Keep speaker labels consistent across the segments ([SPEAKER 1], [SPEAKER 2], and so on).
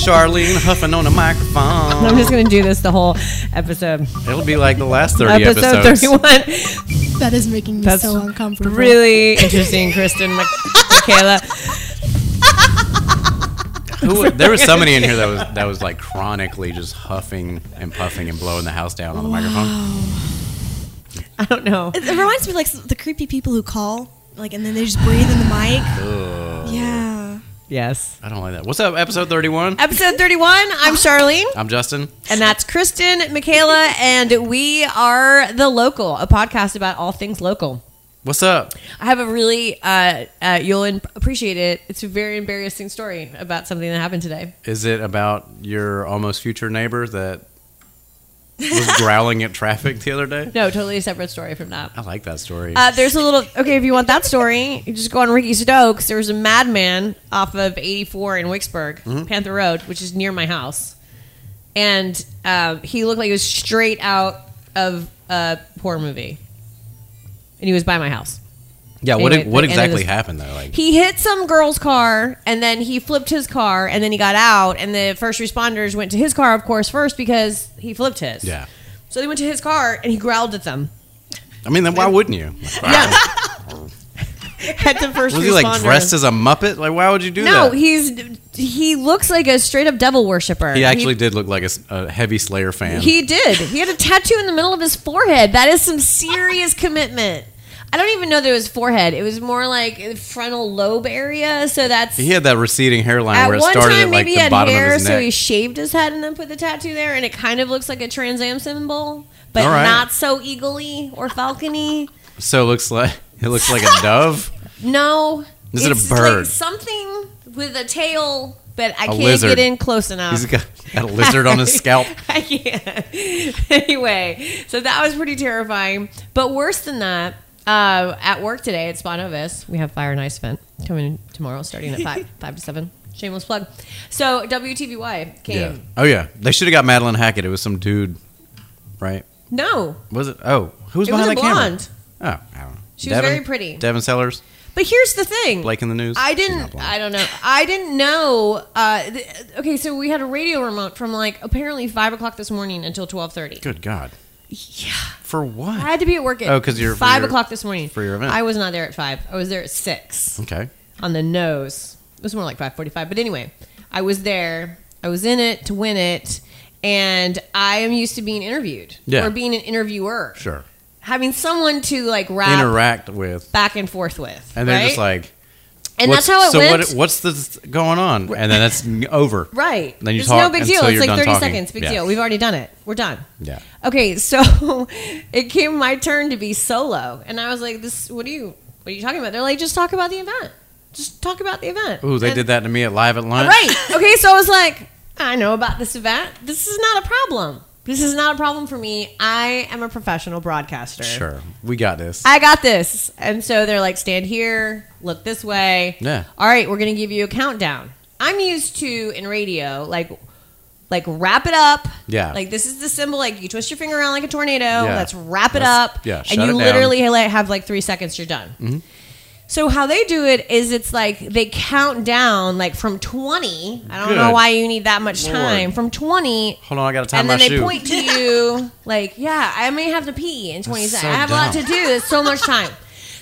[SPEAKER 1] Charlene huffing on a microphone.
[SPEAKER 2] I'm just gonna do this the whole episode.
[SPEAKER 1] It'll be like the last 30
[SPEAKER 2] episode
[SPEAKER 1] episodes.
[SPEAKER 2] 31.
[SPEAKER 3] That is making me
[SPEAKER 2] That's
[SPEAKER 3] so uncomfortable.
[SPEAKER 2] Really interesting, Kristen Mc- Michaela.
[SPEAKER 1] Who, there was somebody in here that was that was like chronically just huffing and puffing and blowing the house down on the microphone.
[SPEAKER 2] I don't know.
[SPEAKER 3] It, it reminds me like s- the creepy people who call, like, and then they just breathe in the mic.
[SPEAKER 1] Ugh,
[SPEAKER 3] Yeah.
[SPEAKER 2] Yes.
[SPEAKER 1] I don't like that. What's up, episode 31?
[SPEAKER 2] Episode 31. I'm Charlene.
[SPEAKER 1] I'm Justin.
[SPEAKER 2] And that's Kristen, Michaela, and we are The Local, a podcast about all things local.
[SPEAKER 1] What's up?
[SPEAKER 2] I have a really, uh, uh, you'll in- appreciate it. It's a very embarrassing story about something that happened today.
[SPEAKER 1] Is it about your almost future neighbor that was growling at traffic the other day?
[SPEAKER 2] No, totally separate story from that.
[SPEAKER 1] I like that story.
[SPEAKER 2] Uh, there's a little okay. If you want that story, you just go on Ricky Stokes. There was a madman off of 84 in Wicksburg,
[SPEAKER 1] Mm-hmm.
[SPEAKER 2] Panther Road, which is near my house, and um, he looked like he was straight out of a horror movie, and he was by my house.
[SPEAKER 1] yeah, what e-,
[SPEAKER 2] anyway,
[SPEAKER 1] what
[SPEAKER 2] the end of
[SPEAKER 1] exactly
[SPEAKER 2] this-
[SPEAKER 1] happened though? Like
[SPEAKER 2] He hit some girl's car, and then he flipped his car, and then he got out, and the first responders went to his car, of course, first because he flipped his.
[SPEAKER 1] yeah.
[SPEAKER 2] So they went to his car, and he growled at them.
[SPEAKER 1] I mean, then why wouldn't you?
[SPEAKER 2] At the first
[SPEAKER 1] was he like
[SPEAKER 2] responder.
[SPEAKER 1] dressed as a muppet? Like why would you do
[SPEAKER 2] No,
[SPEAKER 1] that?
[SPEAKER 2] he's he looks like a straight up devil worshiper.
[SPEAKER 1] he actually did look like a, s- a heavy Slayer fan.
[SPEAKER 2] He did. He had a tattoo in the middle of his forehead. That is some serious commitment. I don't even know that it was forehead. It was more like frontal lobe area. So that's
[SPEAKER 1] He had that receding hairline
[SPEAKER 2] at
[SPEAKER 1] where it
[SPEAKER 2] one
[SPEAKER 1] started
[SPEAKER 2] time
[SPEAKER 1] at like
[SPEAKER 2] maybe
[SPEAKER 1] the
[SPEAKER 2] he had
[SPEAKER 1] bottom of
[SPEAKER 2] hair,
[SPEAKER 1] his neck.
[SPEAKER 2] so he shaved his head and then put the tattoo there, and it kind of looks like a Trans Am symbol, but
[SPEAKER 1] All right.
[SPEAKER 2] not so eagly or falcony.
[SPEAKER 1] So it looks like it looks like a dove.
[SPEAKER 2] No,
[SPEAKER 1] Is it a
[SPEAKER 2] it's Like
[SPEAKER 1] bird?
[SPEAKER 2] something with a tail, but I can't
[SPEAKER 1] lizard.
[SPEAKER 2] get in close enough.
[SPEAKER 1] He's got, got a lizard on his scalp.
[SPEAKER 2] I can't. anyway, so that was pretty terrifying. But worse than that, uh, at work today at Sponovus, we have Fire and Ice event coming tomorrow, starting at five, five to seven. Shameless plug. So WTVY came.
[SPEAKER 1] Yeah. Oh yeah. They should have got Madeline Hackett. It was some dude, right?
[SPEAKER 2] No,
[SPEAKER 1] Was it? Oh, who's
[SPEAKER 2] it was
[SPEAKER 1] behind
[SPEAKER 2] a
[SPEAKER 1] that
[SPEAKER 2] blonde.
[SPEAKER 1] camera? Oh, I don't know.
[SPEAKER 2] She was very pretty.
[SPEAKER 1] Devin Sellers,
[SPEAKER 2] But here's the thing.
[SPEAKER 1] Blake in the news.
[SPEAKER 2] I
[SPEAKER 1] She's
[SPEAKER 2] didn't.
[SPEAKER 1] not blonde.
[SPEAKER 2] I don't know. I didn't know. Uh, th- okay, so we had a radio remote from like apparently five o'clock this morning until twelve thirty.
[SPEAKER 1] Good God.
[SPEAKER 2] Yeah.
[SPEAKER 1] For what?
[SPEAKER 2] I had to be at work at
[SPEAKER 1] Oh, 'cause you're- for
[SPEAKER 2] five
[SPEAKER 1] your-
[SPEAKER 2] o'clock this morning
[SPEAKER 1] for your event.
[SPEAKER 2] I was not there at five. I was there at six
[SPEAKER 1] okay.
[SPEAKER 2] on the nose. It was more like five forty-five. But anyway, I was there. I was in it to win it, and I am used to being interviewed
[SPEAKER 1] Yeah.
[SPEAKER 2] or being an interviewer,
[SPEAKER 1] Sure.
[SPEAKER 2] having someone to like rap
[SPEAKER 1] Interact with,
[SPEAKER 2] back and forth with,
[SPEAKER 1] and they're
[SPEAKER 2] right?
[SPEAKER 1] just like,
[SPEAKER 2] and
[SPEAKER 1] what's-
[SPEAKER 2] that's how it
[SPEAKER 1] so
[SPEAKER 2] went.
[SPEAKER 1] what? What's this going on? And then that's n- over.
[SPEAKER 2] Right.
[SPEAKER 1] Then you
[SPEAKER 2] it's
[SPEAKER 1] talk
[SPEAKER 2] no big
[SPEAKER 1] until
[SPEAKER 2] deal. It's
[SPEAKER 1] you're
[SPEAKER 2] like
[SPEAKER 1] done
[SPEAKER 2] 30
[SPEAKER 1] talking.
[SPEAKER 2] seconds. Big
[SPEAKER 1] Yeah.
[SPEAKER 2] deal. We've already done it. We're done.
[SPEAKER 1] Yeah.
[SPEAKER 2] Okay, so it came my turn to be solo, and I was like, "This, what are you, what are you talking about?" They're like, "Just talk about the event. Just talk about the event."
[SPEAKER 1] Ooh, they
[SPEAKER 2] And-
[SPEAKER 1] did that to me at live at lunch.
[SPEAKER 2] Right. Okay, so I was like, "I know about this event. This is not a problem. This is not a problem for me. I am a professional broadcaster.
[SPEAKER 1] Sure. We got this.
[SPEAKER 2] I got this. And so they're like, stand here, look this way.
[SPEAKER 1] Yeah.
[SPEAKER 2] All right, we're gonna give you a countdown. I'm used to in radio, like like wrap it up.
[SPEAKER 1] Yeah.
[SPEAKER 2] Like this is the symbol, like you twist your finger around like a tornado.
[SPEAKER 1] Yeah.
[SPEAKER 2] Let's wrap it
[SPEAKER 1] That's-
[SPEAKER 2] up.
[SPEAKER 1] yeah, shut
[SPEAKER 2] And
[SPEAKER 1] it
[SPEAKER 2] you
[SPEAKER 1] down. Mm-hmm.
[SPEAKER 2] literally like, have like three seconds, you're done. So how they do it is it's like they count down like from twenty. I don't know
[SPEAKER 1] Good
[SPEAKER 2] why you need that much
[SPEAKER 1] Lord.
[SPEAKER 2] time. From twenty
[SPEAKER 1] Hold on, I got to time
[SPEAKER 2] and
[SPEAKER 1] my
[SPEAKER 2] then they
[SPEAKER 1] shoe.
[SPEAKER 2] point to you like, yeah, I may have to pee in 20
[SPEAKER 1] That's
[SPEAKER 2] seconds.
[SPEAKER 1] so
[SPEAKER 2] I have a lot to
[SPEAKER 1] dumb.
[SPEAKER 2] do. It's so much time.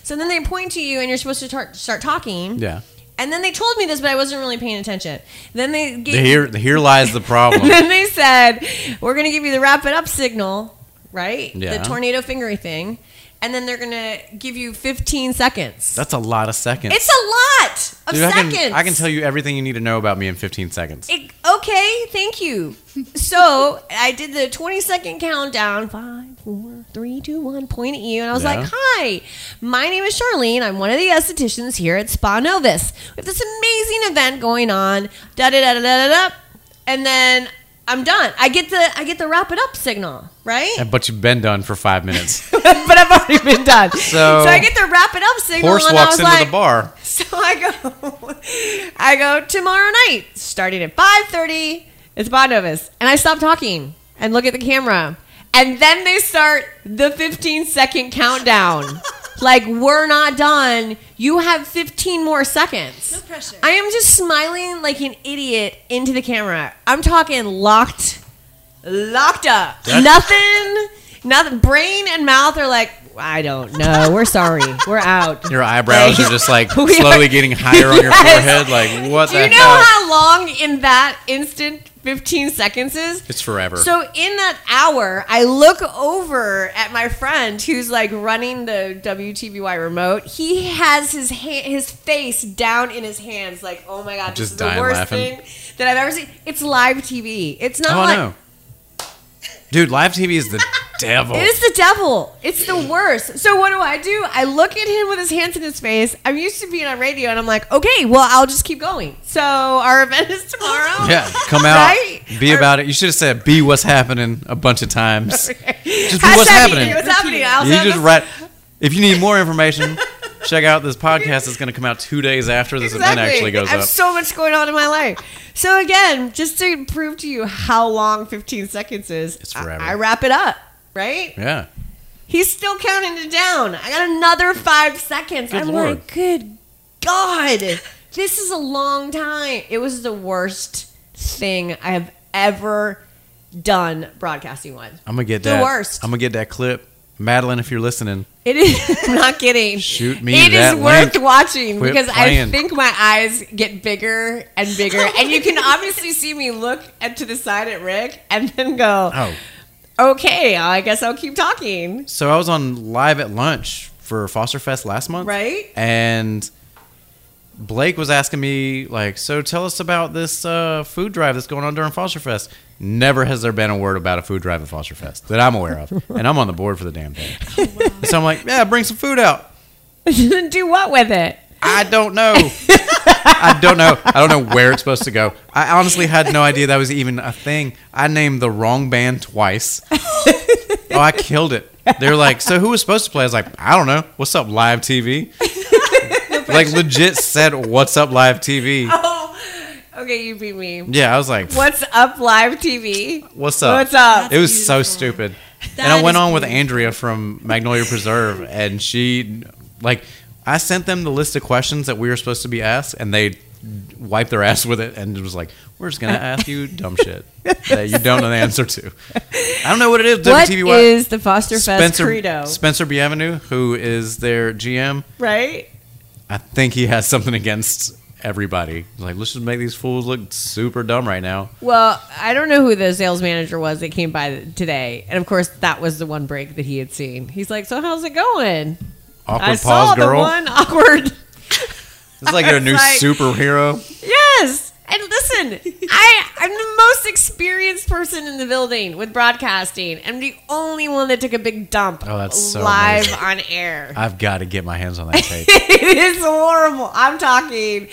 [SPEAKER 2] so then they point to you and you're supposed to tar- start talking.
[SPEAKER 1] Yeah.
[SPEAKER 2] And then they told me this, but I wasn't really paying attention. Then they gave,
[SPEAKER 1] Here, here lies the problem.
[SPEAKER 2] then they said, we're going to give you the wrap it up signal, right?
[SPEAKER 1] Yeah.
[SPEAKER 2] The tornado fingery thing. And then they're going to give you 15 seconds.
[SPEAKER 1] That's a lot of seconds.
[SPEAKER 2] it's a lot of
[SPEAKER 1] Dude, I
[SPEAKER 2] seconds.
[SPEAKER 1] can, I can tell you everything you need to know about me in 15 seconds.
[SPEAKER 2] It, okay, thank you. So I did the 20 second countdown five, four, three, two, one, point at you. And I was
[SPEAKER 1] Yeah.
[SPEAKER 2] like, hi, my name is Charlene. I'm one of the estheticians here at Spa Novus. We have this amazing event going on. Da da da da da da. da. And then I'm done. I get the I get the wrap it up signal, right?
[SPEAKER 1] But you've been done for five minutes.
[SPEAKER 2] but I've already been done. So, I get the wrap it up signal.
[SPEAKER 1] Horse
[SPEAKER 2] and I
[SPEAKER 1] walks
[SPEAKER 2] was
[SPEAKER 1] into
[SPEAKER 2] like,
[SPEAKER 1] the bar.
[SPEAKER 2] So I go, I go tomorrow night, starting at five thirty. It's Bondovas, and I stop talking and look at the camera, and then they start the fifteen second countdown. like we're not done. You have fifteen more seconds.
[SPEAKER 3] No pressure.
[SPEAKER 2] I am just smiling like an idiot into the camera. I'm talking locked, locked up. nothing, nothing. Brain and mouth are like. I don't know. We're sorry. We're out.
[SPEAKER 1] Your eyebrows are just like
[SPEAKER 2] We are-
[SPEAKER 1] slowly getting higher on your
[SPEAKER 2] Yes.
[SPEAKER 1] forehead. Like what
[SPEAKER 2] Do
[SPEAKER 1] the
[SPEAKER 2] you know
[SPEAKER 1] hell?
[SPEAKER 2] how long in that instant 15 seconds is?
[SPEAKER 1] it's forever.
[SPEAKER 2] So in that hour, I look over at my friend who's like running the WTBY remote. He has his hand, his face down in his hands, like, oh my
[SPEAKER 1] Just
[SPEAKER 2] god, this is
[SPEAKER 1] dying
[SPEAKER 2] the worst
[SPEAKER 1] laughing.
[SPEAKER 2] thing that I've ever seen. It's live TV. It's not
[SPEAKER 1] oh
[SPEAKER 2] like
[SPEAKER 1] no, dude, live TV is the devil.
[SPEAKER 2] It is the devil. It's the worst. So what do I do? I look at him with his hands in his face. I'm used to being on radio, and I'm like, okay, well, I'll just keep going. So our event is tomorrow.
[SPEAKER 1] Yeah, come out,
[SPEAKER 2] Right?
[SPEAKER 1] be
[SPEAKER 2] Our-
[SPEAKER 1] about it. You should have said "be what's happening" a bunch of times. Just be
[SPEAKER 2] Hashtag
[SPEAKER 1] what's happening.
[SPEAKER 2] What's happening? I also
[SPEAKER 1] You
[SPEAKER 2] have
[SPEAKER 1] just
[SPEAKER 2] a-
[SPEAKER 1] write. If you need more information, check out this podcast that's going to come out two days after this event actually goes
[SPEAKER 2] I have
[SPEAKER 1] up.
[SPEAKER 2] so much going on in my life. So again, just to prove to you how long 15 seconds is,
[SPEAKER 1] It's
[SPEAKER 2] I-
[SPEAKER 1] forever.
[SPEAKER 2] I, wrap it up. Right?
[SPEAKER 1] yeah,
[SPEAKER 2] He's still counting it down. I got another five seconds.
[SPEAKER 1] Good
[SPEAKER 2] I'm
[SPEAKER 1] lord.
[SPEAKER 2] like, good god, this is a long time. It was the worst thing I have ever done broadcasting wise.
[SPEAKER 1] I'm gonna get
[SPEAKER 2] The
[SPEAKER 1] that.
[SPEAKER 2] worst.
[SPEAKER 1] I'm gonna get that clip, Madeline. If you're listening,
[SPEAKER 2] It is. I'm not kidding.
[SPEAKER 1] Shoot me
[SPEAKER 2] It is
[SPEAKER 1] that
[SPEAKER 2] worth
[SPEAKER 1] link.
[SPEAKER 2] watching
[SPEAKER 1] Quit
[SPEAKER 2] because I
[SPEAKER 1] playing.
[SPEAKER 2] think my eyes get bigger and bigger, and you can obviously see me look at, to the side at Rick and then go,
[SPEAKER 1] oh,
[SPEAKER 2] "Okay, I guess I'll keep talking."
[SPEAKER 1] So I was on live at lunch for Foster Fest last month.
[SPEAKER 2] Right.
[SPEAKER 1] And Blake was asking me, like, so tell us about this uh, food drive that's going on during Foster Fest. Never has there been a word about a food drive at Foster Fest that I'm aware of. and I'm on the board for the damn thing.
[SPEAKER 2] Oh,
[SPEAKER 1] so I'm like, yeah, bring some food out.
[SPEAKER 2] Do what with it?
[SPEAKER 1] I don't know. I don't know. I don't know where it's supposed to go. I honestly had no idea that was even a thing. I named the wrong band twice. Oh, I killed it. They're like, so who was supposed to play? I was like, I don't know. What's up, live TV? like legit said, what's up, live TV?
[SPEAKER 2] Oh, okay, you beat me.
[SPEAKER 1] Yeah, I was like,
[SPEAKER 2] What's up, live TV?
[SPEAKER 1] what's up?
[SPEAKER 2] What's up?
[SPEAKER 1] It was so
[SPEAKER 3] That's
[SPEAKER 1] stupid. and
[SPEAKER 3] That
[SPEAKER 1] I went
[SPEAKER 3] is
[SPEAKER 1] on with Andrea from Magnolia Preserve, and she, like, I sent them the list of questions that we were supposed to be asked, and they wiped their ass with it and it was like, we're just going to ask you dumb shit that you don't know the answer to. I don't know what it is.
[SPEAKER 2] What
[SPEAKER 1] WTBY.
[SPEAKER 2] is the Foster Fest credo?
[SPEAKER 1] Spencer Bienvenue, who is their GM,
[SPEAKER 2] right?
[SPEAKER 1] I think he has something against everybody. He's Like, let's just make these fools look super dumb right now.
[SPEAKER 2] Well, I don't know who the sales manager was that came by today, and of course, that was the one break that he had seen. He's like, "So how's it going?"
[SPEAKER 1] Awkward
[SPEAKER 2] I
[SPEAKER 1] pause,
[SPEAKER 2] saw
[SPEAKER 1] girl.
[SPEAKER 2] the one awkward.
[SPEAKER 1] It's like your new
[SPEAKER 2] It's like-
[SPEAKER 1] superhero.
[SPEAKER 2] Yes. And listen, I I'm the most experienced person in the building with broadcasting. I'm the only one that took a big dump
[SPEAKER 1] Oh, that's so
[SPEAKER 2] live
[SPEAKER 1] amazing.
[SPEAKER 2] on air.
[SPEAKER 1] I've got to get my hands on that tape.
[SPEAKER 2] it is horrible. I'm talking.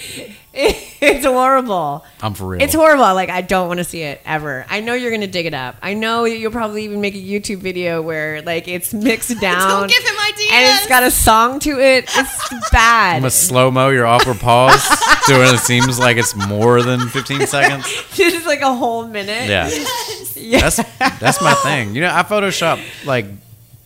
[SPEAKER 2] It's horrible.
[SPEAKER 1] I'm for real.
[SPEAKER 2] It's horrible. Like I don't want to see it ever. I know you're gonna dig it up. I know that you'll probably even make a YouTube video where like it's mixed down.
[SPEAKER 3] give him ideas.
[SPEAKER 2] And it's got a song to it. It's bad.
[SPEAKER 1] I'm a slow mo your awkward pause to when it seems like it's more than 15 seconds.
[SPEAKER 2] this is like a whole minute.
[SPEAKER 1] Yeah,
[SPEAKER 2] Yeah.
[SPEAKER 1] that's that's my thing. You know, I Photoshop like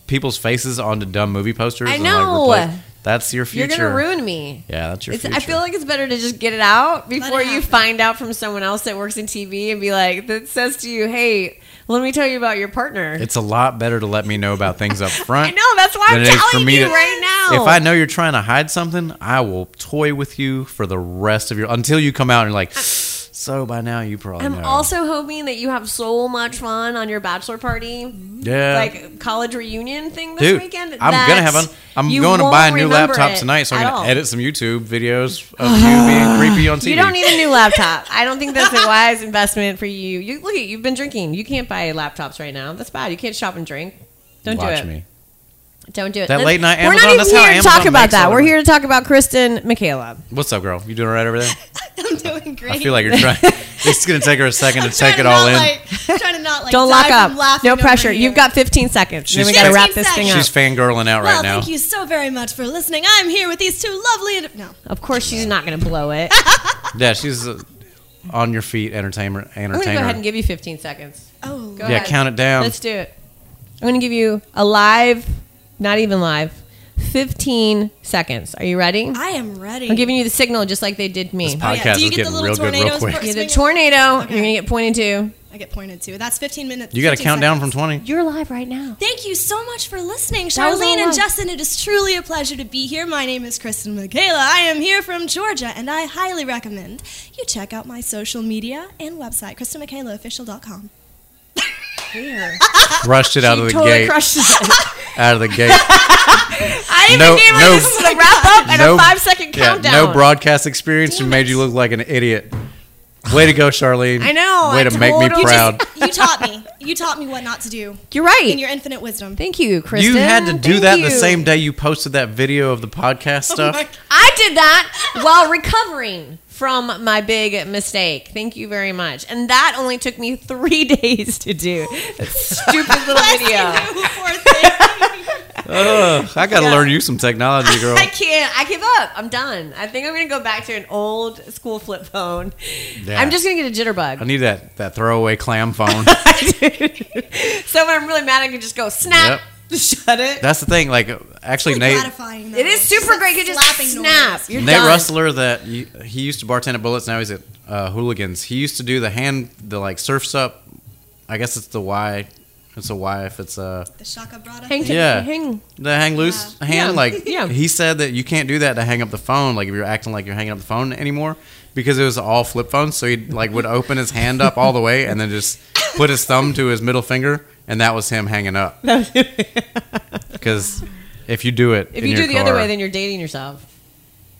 [SPEAKER 1] people's faces onto dumb movie posters.
[SPEAKER 2] I
[SPEAKER 1] and,
[SPEAKER 2] know.
[SPEAKER 1] like, replace- that's your
[SPEAKER 2] you're
[SPEAKER 1] future.
[SPEAKER 2] gonna ruin me.
[SPEAKER 1] Yeah, that's your
[SPEAKER 2] It's,
[SPEAKER 1] future.
[SPEAKER 2] I feel like it's better to just get it out before you
[SPEAKER 3] happen.
[SPEAKER 2] find out from someone else that works in TV and be like, that says to you, hey, let me tell you about your partner.
[SPEAKER 1] it's a lot better to let me know about things up front.
[SPEAKER 2] I know. That's why
[SPEAKER 1] than
[SPEAKER 2] I'm
[SPEAKER 1] it is for
[SPEAKER 2] telling
[SPEAKER 1] me
[SPEAKER 2] you
[SPEAKER 1] to-
[SPEAKER 2] right now.
[SPEAKER 1] If I know you're trying to hide something, I will toy with you for the rest of your until you come out and you're like. So by now you probably
[SPEAKER 2] I'm
[SPEAKER 1] know.
[SPEAKER 2] also hoping that you have so much fun on your bachelor party,
[SPEAKER 1] yeah.
[SPEAKER 2] like college reunion thing this
[SPEAKER 1] Dude,
[SPEAKER 2] weekend.
[SPEAKER 1] I'm
[SPEAKER 2] that
[SPEAKER 1] gonna have an. I'm
[SPEAKER 2] you
[SPEAKER 1] going to
[SPEAKER 2] won't
[SPEAKER 1] buy a new
[SPEAKER 2] remember
[SPEAKER 1] laptop
[SPEAKER 2] it
[SPEAKER 1] tonight, so I'm
[SPEAKER 2] at
[SPEAKER 1] gonna
[SPEAKER 2] all.
[SPEAKER 1] edit some YouTube videos of you being creepy on TV.
[SPEAKER 2] You don't need a new laptop. I don't think that's a wise investment for you. You look at you've been drinking. You can't buy laptops right now. That's bad. You can't shop and drink. Don't
[SPEAKER 1] watch
[SPEAKER 2] do it.
[SPEAKER 1] me.
[SPEAKER 2] Don't do it.
[SPEAKER 1] That
[SPEAKER 2] Let-
[SPEAKER 1] late night
[SPEAKER 2] We're
[SPEAKER 1] Amazon,
[SPEAKER 2] not even
[SPEAKER 1] that's
[SPEAKER 2] here
[SPEAKER 1] how
[SPEAKER 2] to
[SPEAKER 1] Amazon
[SPEAKER 2] talk about
[SPEAKER 1] makes all
[SPEAKER 2] that.
[SPEAKER 1] of
[SPEAKER 2] We're
[SPEAKER 1] them.
[SPEAKER 2] here to talk about Kristen Michaela.
[SPEAKER 1] What's up, girl? You doing all right over there?
[SPEAKER 3] I'm doing great.
[SPEAKER 1] I feel like you're trying. it's gonna take her a second to take it all in.
[SPEAKER 3] trying to not like
[SPEAKER 2] Don't lock
[SPEAKER 3] die from
[SPEAKER 2] up.
[SPEAKER 3] laughing
[SPEAKER 2] No
[SPEAKER 3] over
[SPEAKER 2] pressure.
[SPEAKER 3] you.
[SPEAKER 2] You've got 15 seconds. and Then we
[SPEAKER 1] She's
[SPEAKER 2] got to
[SPEAKER 1] fine.
[SPEAKER 2] wrap this thing up.
[SPEAKER 1] She's fangirling out
[SPEAKER 3] Well,
[SPEAKER 1] right now.
[SPEAKER 3] thank you so very much for listening. I'm here with these two lovely. And- no,
[SPEAKER 2] Of course, she's not going to blow it.
[SPEAKER 1] Yeah, she's uh, on your feet, entertainer.
[SPEAKER 2] I'm going to go ahead
[SPEAKER 1] Entertainer.
[SPEAKER 2] and give you 15 seconds.
[SPEAKER 3] oh,
[SPEAKER 2] Go
[SPEAKER 1] yeah,
[SPEAKER 2] ahead.
[SPEAKER 1] count it down.
[SPEAKER 2] Let's do it. I'm going to give you a live, not even live, 15 seconds. Are you ready?
[SPEAKER 3] I am ready. Oh,
[SPEAKER 2] I'm giving you the signal just like they did me.
[SPEAKER 1] This podcast
[SPEAKER 3] Do
[SPEAKER 1] is
[SPEAKER 3] you get the
[SPEAKER 1] getting
[SPEAKER 3] little
[SPEAKER 1] real good real
[SPEAKER 3] tornadoes
[SPEAKER 1] quick.
[SPEAKER 3] first?
[SPEAKER 2] You're the
[SPEAKER 3] swing it.
[SPEAKER 2] tornado.
[SPEAKER 3] Okay.
[SPEAKER 2] You're going to get pointed to.
[SPEAKER 3] I get pointed to. That's 15 minutes.
[SPEAKER 1] You got to
[SPEAKER 3] 15
[SPEAKER 1] count down from
[SPEAKER 3] seconds.
[SPEAKER 1] twenty.
[SPEAKER 2] You're live right now.
[SPEAKER 3] Thank you so much for listening,
[SPEAKER 2] That was all
[SPEAKER 3] Charlene and
[SPEAKER 2] live.
[SPEAKER 3] Justin. It is truly a pleasure to be here. My name is Kristen Michaela. I am here from Georgia, and I highly recommend you check out my social media and website, KristenMichaelaOfficial.com.
[SPEAKER 1] Rushed it out
[SPEAKER 2] She
[SPEAKER 1] of the
[SPEAKER 2] totally
[SPEAKER 1] gate.
[SPEAKER 2] crushes it.
[SPEAKER 1] Out of the gate.
[SPEAKER 2] I even
[SPEAKER 1] No-
[SPEAKER 2] gave her
[SPEAKER 1] no-
[SPEAKER 2] this is a wrap up and a five second
[SPEAKER 1] yeah,
[SPEAKER 2] countdown.
[SPEAKER 1] no broadcast experience and made you look like an idiot. Way to go, Charlene.
[SPEAKER 2] I know,
[SPEAKER 1] Way
[SPEAKER 2] I
[SPEAKER 1] to make me
[SPEAKER 2] totally-
[SPEAKER 1] proud.
[SPEAKER 3] You taught me. You taught me what not to do
[SPEAKER 2] You're right.
[SPEAKER 3] in your infinite wisdom.
[SPEAKER 2] Thank you, Kristen.
[SPEAKER 1] You had to do
[SPEAKER 2] Thank
[SPEAKER 1] that the
[SPEAKER 2] you. Oh
[SPEAKER 1] same day you posted that video of the podcast stuff.
[SPEAKER 3] my-
[SPEAKER 2] I did that while recovering from my big mistake. Thank you very much. And that only took me three days to do. That stupid little video.
[SPEAKER 1] Ugh, I got to
[SPEAKER 2] Yeah.
[SPEAKER 1] learn you some technology, girl.
[SPEAKER 2] I can't. I give up. I'm done. I think I'm going to go back to an old school flip phone.
[SPEAKER 1] Yeah.
[SPEAKER 2] I'm just going to get a
[SPEAKER 1] I
[SPEAKER 2] jitterbug.
[SPEAKER 1] need that, that throwaway clam phone.
[SPEAKER 2] so when I'm really mad, I can just go snap, shut it.
[SPEAKER 1] That's the thing. Like, actually, Nate.
[SPEAKER 3] gratifying. Though.
[SPEAKER 2] it is super great. You just
[SPEAKER 3] Slapping
[SPEAKER 2] snap.
[SPEAKER 3] noise.
[SPEAKER 2] You're
[SPEAKER 1] Nate
[SPEAKER 2] done.
[SPEAKER 1] Rustler, that you- he used to bartend at Bullets, now he's at uh, Hooligans. He used to do the hand, the like surfs up. I guess it's the Y. It's a Y if it's uh
[SPEAKER 3] The shaka brada.
[SPEAKER 2] Hang to,
[SPEAKER 1] Yeah.
[SPEAKER 2] hang.
[SPEAKER 1] the hang loose hand.
[SPEAKER 2] Yeah.
[SPEAKER 1] Like
[SPEAKER 2] Yeah.
[SPEAKER 1] he said that you can't do that to hang up the phone. Like if you're acting like you're hanging up the phone anymore, because it was all flip phones. So he like would open his hand up all the way and then just put his thumb to his middle finger, and that was him hanging up. Because if you do it,
[SPEAKER 2] If
[SPEAKER 1] in
[SPEAKER 2] you
[SPEAKER 1] your
[SPEAKER 2] do the other
[SPEAKER 1] car-
[SPEAKER 2] way, then you're dating yourself.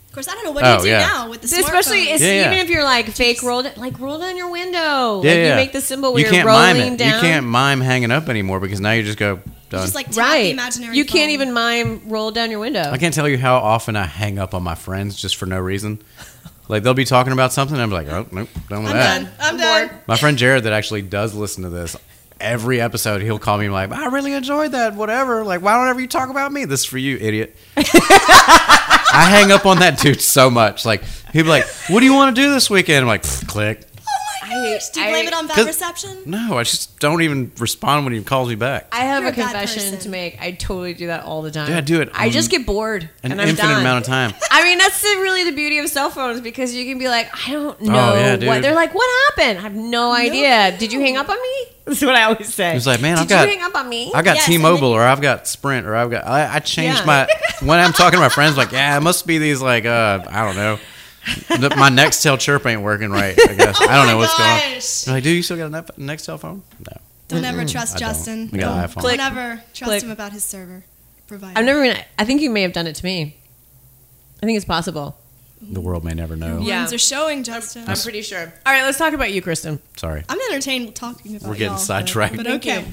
[SPEAKER 3] Of course, I don't know what
[SPEAKER 1] Oh,
[SPEAKER 3] you do
[SPEAKER 1] yeah.
[SPEAKER 3] now with the
[SPEAKER 2] Especially
[SPEAKER 3] smartphone.
[SPEAKER 2] it's,
[SPEAKER 1] Yeah, yeah.
[SPEAKER 2] even if you're like fake roll, like roll down your window.
[SPEAKER 1] yeah,
[SPEAKER 2] like
[SPEAKER 1] yeah.
[SPEAKER 2] you make the symbol
[SPEAKER 1] You
[SPEAKER 2] where you're
[SPEAKER 1] can't
[SPEAKER 2] rolling
[SPEAKER 1] mime it.
[SPEAKER 2] down.
[SPEAKER 1] You can't mime hanging up anymore because now you just go done.
[SPEAKER 3] just like tap the
[SPEAKER 2] right.
[SPEAKER 3] imaginary.
[SPEAKER 2] you can't
[SPEAKER 3] phone.
[SPEAKER 2] even mime roll down your window.
[SPEAKER 1] I can't tell you how often I hang up on my friends just for no reason. Like they'll be talking about something, and I'm like, oh nope, done with
[SPEAKER 3] I'm
[SPEAKER 1] that.
[SPEAKER 3] done. I'm,
[SPEAKER 2] I'm
[SPEAKER 3] done.
[SPEAKER 2] bored.
[SPEAKER 1] My friend Jared, that actually does listen to this, every episode he'll call me and be like, I really enjoyed that, whatever. Like, why don't ever you talk about me? This is for you, idiot. I hang up on that dude so much. Like, he'll be like, what do you want to do this weekend? I'm like, "Pfft, click.
[SPEAKER 3] Oh my
[SPEAKER 2] I-
[SPEAKER 3] gosh! Do you blame
[SPEAKER 2] I-
[SPEAKER 3] it on bad
[SPEAKER 1] 'Cause-
[SPEAKER 3] reception?
[SPEAKER 1] No, I just don't even respond when he calls me back.
[SPEAKER 2] I have
[SPEAKER 3] You're
[SPEAKER 2] a
[SPEAKER 3] a bad
[SPEAKER 2] confession
[SPEAKER 3] person.
[SPEAKER 2] to make. I totally do that all the time.
[SPEAKER 1] Yeah, I do it
[SPEAKER 2] I
[SPEAKER 1] on
[SPEAKER 2] just get bored
[SPEAKER 1] An
[SPEAKER 2] and I'm
[SPEAKER 1] infinite
[SPEAKER 2] done.
[SPEAKER 1] amount of time.
[SPEAKER 2] I mean, that's the, really the beauty of cell phones because you can be like, I don't know
[SPEAKER 1] Oh, yeah,
[SPEAKER 2] what
[SPEAKER 1] dude.
[SPEAKER 2] they're like. What happened? I have no idea. Did you hang up on me? That's what I always say.
[SPEAKER 1] He's like, man,
[SPEAKER 2] Did
[SPEAKER 1] I've got
[SPEAKER 2] you hang up on me?
[SPEAKER 1] I got
[SPEAKER 3] Yes, and
[SPEAKER 1] T-Mobile or I've got Sprint or I've got I, I changed
[SPEAKER 2] Yeah.
[SPEAKER 1] my when I'm talking to my friends like yeah it must be these like uh I don't know The- my Nextel chirp ain't working right I guess
[SPEAKER 2] Oh
[SPEAKER 1] I don't know what's going on.
[SPEAKER 3] Oh gosh.
[SPEAKER 1] They're like, dude, you still got a Nep- Nextel phone? No,
[SPEAKER 3] Don't ever trust
[SPEAKER 1] I don't.
[SPEAKER 3] Justin.
[SPEAKER 1] We got an
[SPEAKER 3] Don't-
[SPEAKER 1] iPhone.
[SPEAKER 2] Click.
[SPEAKER 3] Don't ever trust
[SPEAKER 2] Click.
[SPEAKER 3] him about his server provider.
[SPEAKER 2] I've never been. I think you may have done it to me. I think it's possible.
[SPEAKER 1] the world may never know.
[SPEAKER 2] Yeah.
[SPEAKER 3] Ones are showing Justin. I'm,
[SPEAKER 2] pretty sure. All right, let's talk about you, Kristen.
[SPEAKER 1] Sorry,
[SPEAKER 3] entertained talking about.
[SPEAKER 1] We're getting
[SPEAKER 3] y'all, but-
[SPEAKER 1] sidetracked.
[SPEAKER 3] But
[SPEAKER 2] Thank
[SPEAKER 3] okay,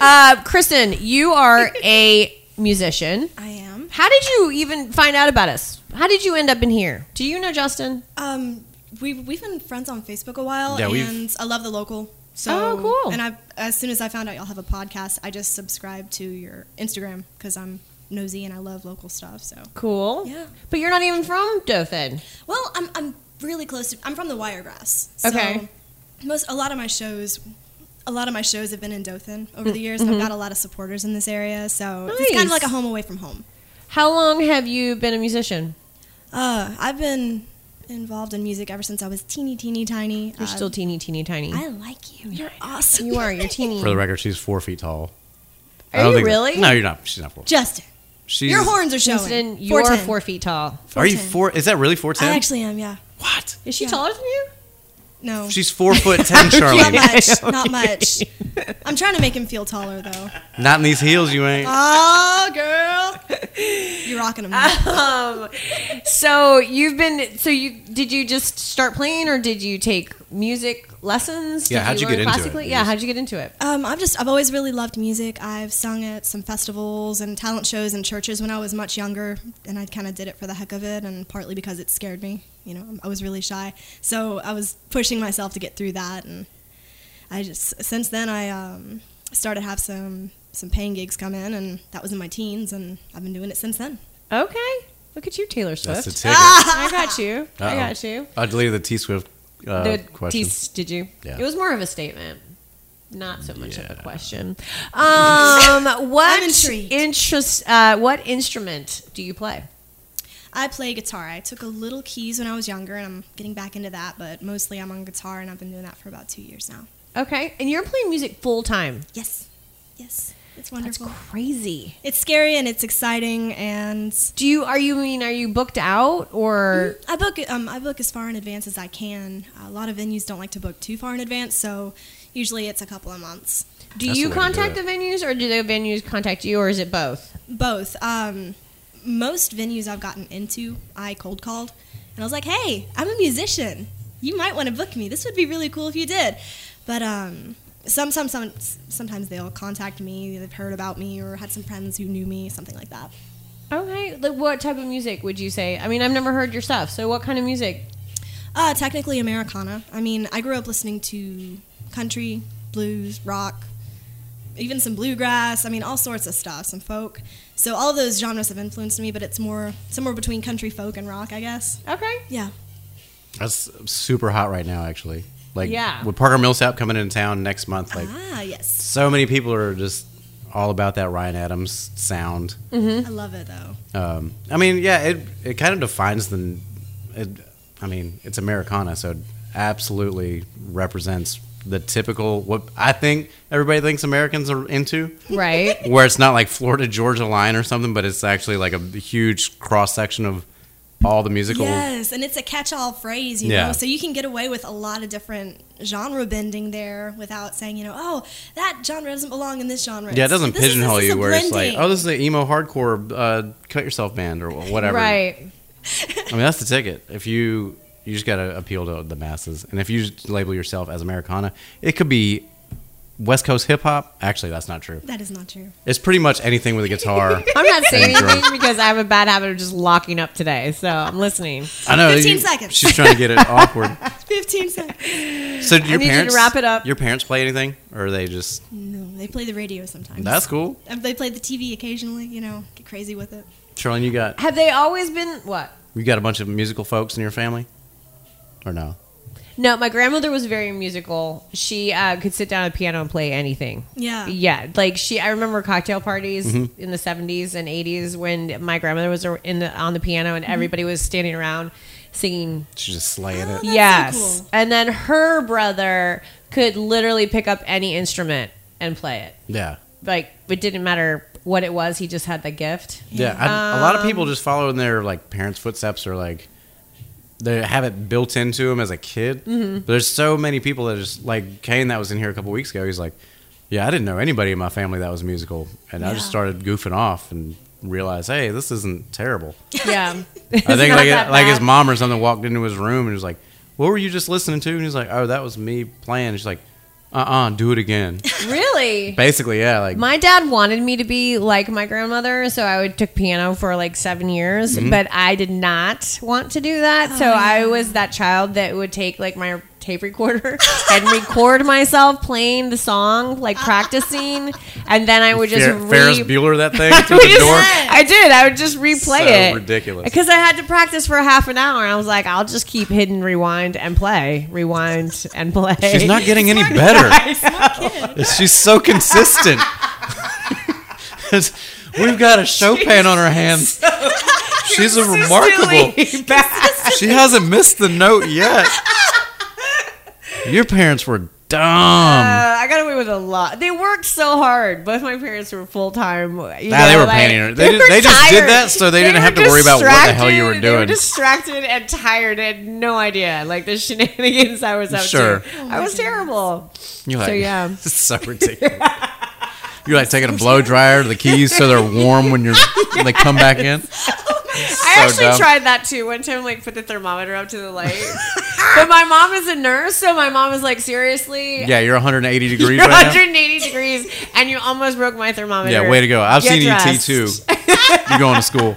[SPEAKER 2] Uh, Kristen, you are a musician.
[SPEAKER 3] I am.
[SPEAKER 2] How did you even find out about us? How did you end up in here? Do you know Justin?
[SPEAKER 3] Um, we we've been friends on Facebook a while,
[SPEAKER 1] Yeah, we've-
[SPEAKER 3] and I love the local. So,
[SPEAKER 2] Oh, cool.
[SPEAKER 3] And I, as soon as I found out y'all have a podcast, I just subscribed to your Instagram because I'm nosy and I love local stuff. So,
[SPEAKER 2] Cool.
[SPEAKER 3] Yeah.
[SPEAKER 2] But you're not even from Dothan.
[SPEAKER 3] well, I'm I'm really close to. I'm from the Wiregrass. So
[SPEAKER 2] Okay.
[SPEAKER 3] Most a lot of my shows. A lot of my shows have been in Dothan over the years. I've got a lot of supporters in this area, so it's kind
[SPEAKER 2] Mm, mm-hmm. Nice.
[SPEAKER 3] of like a home away from home.
[SPEAKER 2] How long have you been a musician?
[SPEAKER 3] Uh, I've been involved in music ever since I was teeny, teeny, tiny.
[SPEAKER 2] You're
[SPEAKER 3] Uh,
[SPEAKER 2] still teeny, teeny, tiny.
[SPEAKER 3] I like you. You're awesome.
[SPEAKER 2] you are. You're teeny.
[SPEAKER 1] for the record, she's four feet tall. I
[SPEAKER 2] Are
[SPEAKER 1] don't
[SPEAKER 2] you
[SPEAKER 1] think that-
[SPEAKER 2] really?
[SPEAKER 1] no, you're not. She's not four.
[SPEAKER 3] Justin,
[SPEAKER 1] She's
[SPEAKER 3] your horns are showing.
[SPEAKER 2] Kristen, you're
[SPEAKER 3] 4'10.
[SPEAKER 2] four feet tall.
[SPEAKER 1] Are you
[SPEAKER 3] 4'10.
[SPEAKER 1] four? Is that really four ten?
[SPEAKER 3] I actually am. Yeah.
[SPEAKER 1] what?
[SPEAKER 2] Is she
[SPEAKER 3] Yeah.
[SPEAKER 2] taller than you?
[SPEAKER 3] No.
[SPEAKER 1] She's four foot ten,
[SPEAKER 3] not
[SPEAKER 1] Charlie.
[SPEAKER 3] much. Not much. I'm trying to make him feel taller though.
[SPEAKER 1] Not in these heels, you ain't.
[SPEAKER 3] Oh, girl, you're rocking him. now.
[SPEAKER 2] Um, so you've been. So you did you just start playing, or did you take music lessons?
[SPEAKER 1] Yeah,
[SPEAKER 2] Did
[SPEAKER 1] how'd you get
[SPEAKER 2] learn
[SPEAKER 1] into it?
[SPEAKER 2] classically?
[SPEAKER 1] You
[SPEAKER 2] Yeah,
[SPEAKER 1] just-
[SPEAKER 2] how'd you get into it?
[SPEAKER 3] Um, I've just I've always really loved music. I've sung at some festivals and talent shows and churches when I was much younger, and I kind of did it for the heck of it, and partly because it scared me. You know, I was really shy, so I was pushing myself to get through that, and I just since then I um, started to have some some paying gigs come in, and that was in my teens, and I've been doing it since then.
[SPEAKER 2] Okay, look at you, Taylor
[SPEAKER 1] That's the
[SPEAKER 2] Swift.
[SPEAKER 1] ticket.
[SPEAKER 2] I got you. I
[SPEAKER 1] Uh-oh.
[SPEAKER 2] got you.
[SPEAKER 1] I deleted the T Swift uh,
[SPEAKER 2] the
[SPEAKER 1] question.
[SPEAKER 2] teas- did you?
[SPEAKER 1] Yeah.
[SPEAKER 2] It was more of a statement, not so much of
[SPEAKER 1] Yeah.
[SPEAKER 2] a question. Um, what
[SPEAKER 3] I'm intrigued.
[SPEAKER 2] interest? Uh, what instrument do you play?
[SPEAKER 3] I play guitar. I took a little keys when I was younger, and I'm getting back into that, but mostly I'm on guitar, and I've been doing that for about two years now.
[SPEAKER 2] Okay, and you're playing music full time.
[SPEAKER 3] Yes, yes, it's
[SPEAKER 2] That's
[SPEAKER 3] wonderful.
[SPEAKER 2] crazy.
[SPEAKER 3] It's scary and it's exciting, and
[SPEAKER 2] Do you? Are you I mean? Are you booked out or?
[SPEAKER 3] I book um, I book as far in advance as I can. A lot of venues don't like to book too far in advance, so usually it's a couple of months.
[SPEAKER 2] Do
[SPEAKER 1] That's
[SPEAKER 2] you
[SPEAKER 1] the way to do
[SPEAKER 2] contact
[SPEAKER 1] it.
[SPEAKER 2] the venues, or do the venues contact you, or is it both?
[SPEAKER 3] Both. Um, most venues I've gotten into, I cold called, and I was like, "Hey, I'm a musician. You might want to book me. This would be really cool if you did." But um, some, some, some, sometimes they'll contact me. They've heard about me or had some friends who knew me, something like that.
[SPEAKER 2] Okay, like what type of music would you say? I mean, I've never heard your stuff, so what kind of music?
[SPEAKER 3] Uh, technically Americana. I mean, I grew up listening to country, blues, rock, even some bluegrass. I mean, all sorts of stuff, some folk. So all those genres have influenced me, but it's more somewhere between country, folk, and rock, I guess.
[SPEAKER 2] Okay,
[SPEAKER 3] Yeah.
[SPEAKER 1] That's super hot right now, actually. Like,
[SPEAKER 2] Yeah.
[SPEAKER 1] with Parker Millsap coming into town next month, like,
[SPEAKER 3] ah, yes.
[SPEAKER 1] so many people are just all about that Ryan Adams sound.
[SPEAKER 3] I love it though.
[SPEAKER 1] Um, I mean, yeah, it it kind of defines the. It, I mean, it's Americana, so it absolutely represents the typical what I think everybody thinks Americans are into,
[SPEAKER 2] right.
[SPEAKER 1] where it's not like Florida Georgia line or something, but it's actually like a huge cross section of all the musical.
[SPEAKER 3] Yes, and it's a catch-all phrase, you
[SPEAKER 1] Yeah.
[SPEAKER 3] know. So you can get away with a lot of different genre bending there without saying, you know, oh, that genre doesn't belong in this genre.
[SPEAKER 1] Yeah, it doesn't
[SPEAKER 3] This is-
[SPEAKER 1] pigeonhole
[SPEAKER 3] this is
[SPEAKER 1] you
[SPEAKER 3] a
[SPEAKER 1] where it's like,
[SPEAKER 3] blending.
[SPEAKER 1] oh, this is the emo hardcore uh, cut yourself band or whatever.
[SPEAKER 2] Right.
[SPEAKER 1] I mean, that's the ticket. If you you just gotta appeal to the masses, and if you just label yourself as Americana, it could be West Coast hip hop. Actually, that's not true.
[SPEAKER 3] that is not true.
[SPEAKER 1] It's pretty much anything with a guitar.
[SPEAKER 2] I'm not saying
[SPEAKER 1] Thank you.
[SPEAKER 2] anything because I have a bad habit of just locking up today, so I'm listening.
[SPEAKER 1] I know.
[SPEAKER 3] 15
[SPEAKER 1] you-
[SPEAKER 3] seconds.
[SPEAKER 1] She's trying to get it awkward.
[SPEAKER 3] 15 seconds.
[SPEAKER 1] So, do your
[SPEAKER 2] need you to
[SPEAKER 1] parents
[SPEAKER 2] wrap it up.
[SPEAKER 1] Your parents play anything, or are they just
[SPEAKER 3] No, they play the radio sometimes.
[SPEAKER 1] that's cool?
[SPEAKER 3] Um, They play the TV occasionally, you know, get crazy with it.
[SPEAKER 1] Charlene, you got
[SPEAKER 2] Have they always been what?
[SPEAKER 1] you got a bunch of musical folks in your family, or no?
[SPEAKER 2] No, my grandmother was very musical. She uh, could sit down at the piano and play anything.
[SPEAKER 3] Yeah.
[SPEAKER 2] Yeah, like she. I remember cocktail parties
[SPEAKER 1] Mm-hmm.
[SPEAKER 2] in the '70s and '80s when my grandmother was in the, on the piano and everybody was standing around singing
[SPEAKER 1] She's just slaying it.
[SPEAKER 3] Oh, That's so
[SPEAKER 2] yes.
[SPEAKER 3] cool.
[SPEAKER 2] And then her brother could literally pick up any instrument and play it.
[SPEAKER 1] Yeah.
[SPEAKER 2] Like it didn't matter what it was, he just had the gift.
[SPEAKER 1] Yeah, I, a lot of people
[SPEAKER 2] Um,
[SPEAKER 1] just follow in their like parents' footsteps or like they have it built into them as a kid.
[SPEAKER 2] Mm-hmm.
[SPEAKER 1] But there's so many people that just like Kane that was in here a couple weeks ago. He's like, yeah, I didn't know anybody in my family that was musical, and I just
[SPEAKER 3] Yeah.
[SPEAKER 1] started goofing off and realized, hey, this isn't terrible.
[SPEAKER 2] Yeah.
[SPEAKER 1] I think like
[SPEAKER 2] that
[SPEAKER 1] like his
[SPEAKER 2] bad.
[SPEAKER 1] mom or something walked into his room and was like, what were you just listening to? And he's like, oh, that was me playing. she's like, uh uh do it again.
[SPEAKER 2] really?
[SPEAKER 1] Basically, yeah, like
[SPEAKER 2] My dad wanted me to be like my grandmother, so I would took piano for like seven years,
[SPEAKER 1] Mm-hmm.
[SPEAKER 2] but I did not want to do that.
[SPEAKER 3] Oh,
[SPEAKER 2] so I was that child that would take like my tape recorder and record myself playing the song, like practicing, and then I would just
[SPEAKER 1] Fer-
[SPEAKER 2] re-
[SPEAKER 1] Ferris Bueller that thing
[SPEAKER 2] I
[SPEAKER 1] through
[SPEAKER 2] would
[SPEAKER 1] the
[SPEAKER 2] just-
[SPEAKER 1] door.
[SPEAKER 2] I did. I would just replay
[SPEAKER 1] So
[SPEAKER 2] it.
[SPEAKER 1] ridiculous.
[SPEAKER 2] Because I had to practice for half an hour. I was like, I'll just keep hidden, rewind, and play. Rewind and play.
[SPEAKER 1] She's not getting any better. She's so consistent. We've got a Chopin on her hands. She's a remarkable. She hasn't missed the note yet. Your parents were dumb.
[SPEAKER 2] Uh, I got away with a lot. They worked so hard. Both my parents were full time. Nah,
[SPEAKER 1] Nah, they were painting her. They did- they just did that so they didn't have to worry about what the hell you were
[SPEAKER 2] They were
[SPEAKER 1] doing.
[SPEAKER 2] distracted and tired. and had no idea like the shenanigans I was up
[SPEAKER 1] Sure.
[SPEAKER 2] to. I was terrible.
[SPEAKER 1] You're like,
[SPEAKER 2] so, yeah.
[SPEAKER 1] This is so ridiculous. You're like taking a blow dryer to the keys so they're warm when you're when they come back in.
[SPEAKER 2] I actually
[SPEAKER 1] dumb.
[SPEAKER 2] tried that too. One time, like, put the thermometer up to the light. but my mom is a nurse, so my mom was like, seriously,
[SPEAKER 1] Yeah, you're 180 degrees
[SPEAKER 2] you're
[SPEAKER 1] right now.
[SPEAKER 2] 180 degrees, and you almost broke my thermometer.
[SPEAKER 1] Yeah, way to go. I've
[SPEAKER 2] Get
[SPEAKER 1] seen ET
[SPEAKER 2] dressed.
[SPEAKER 1] too. you going to school.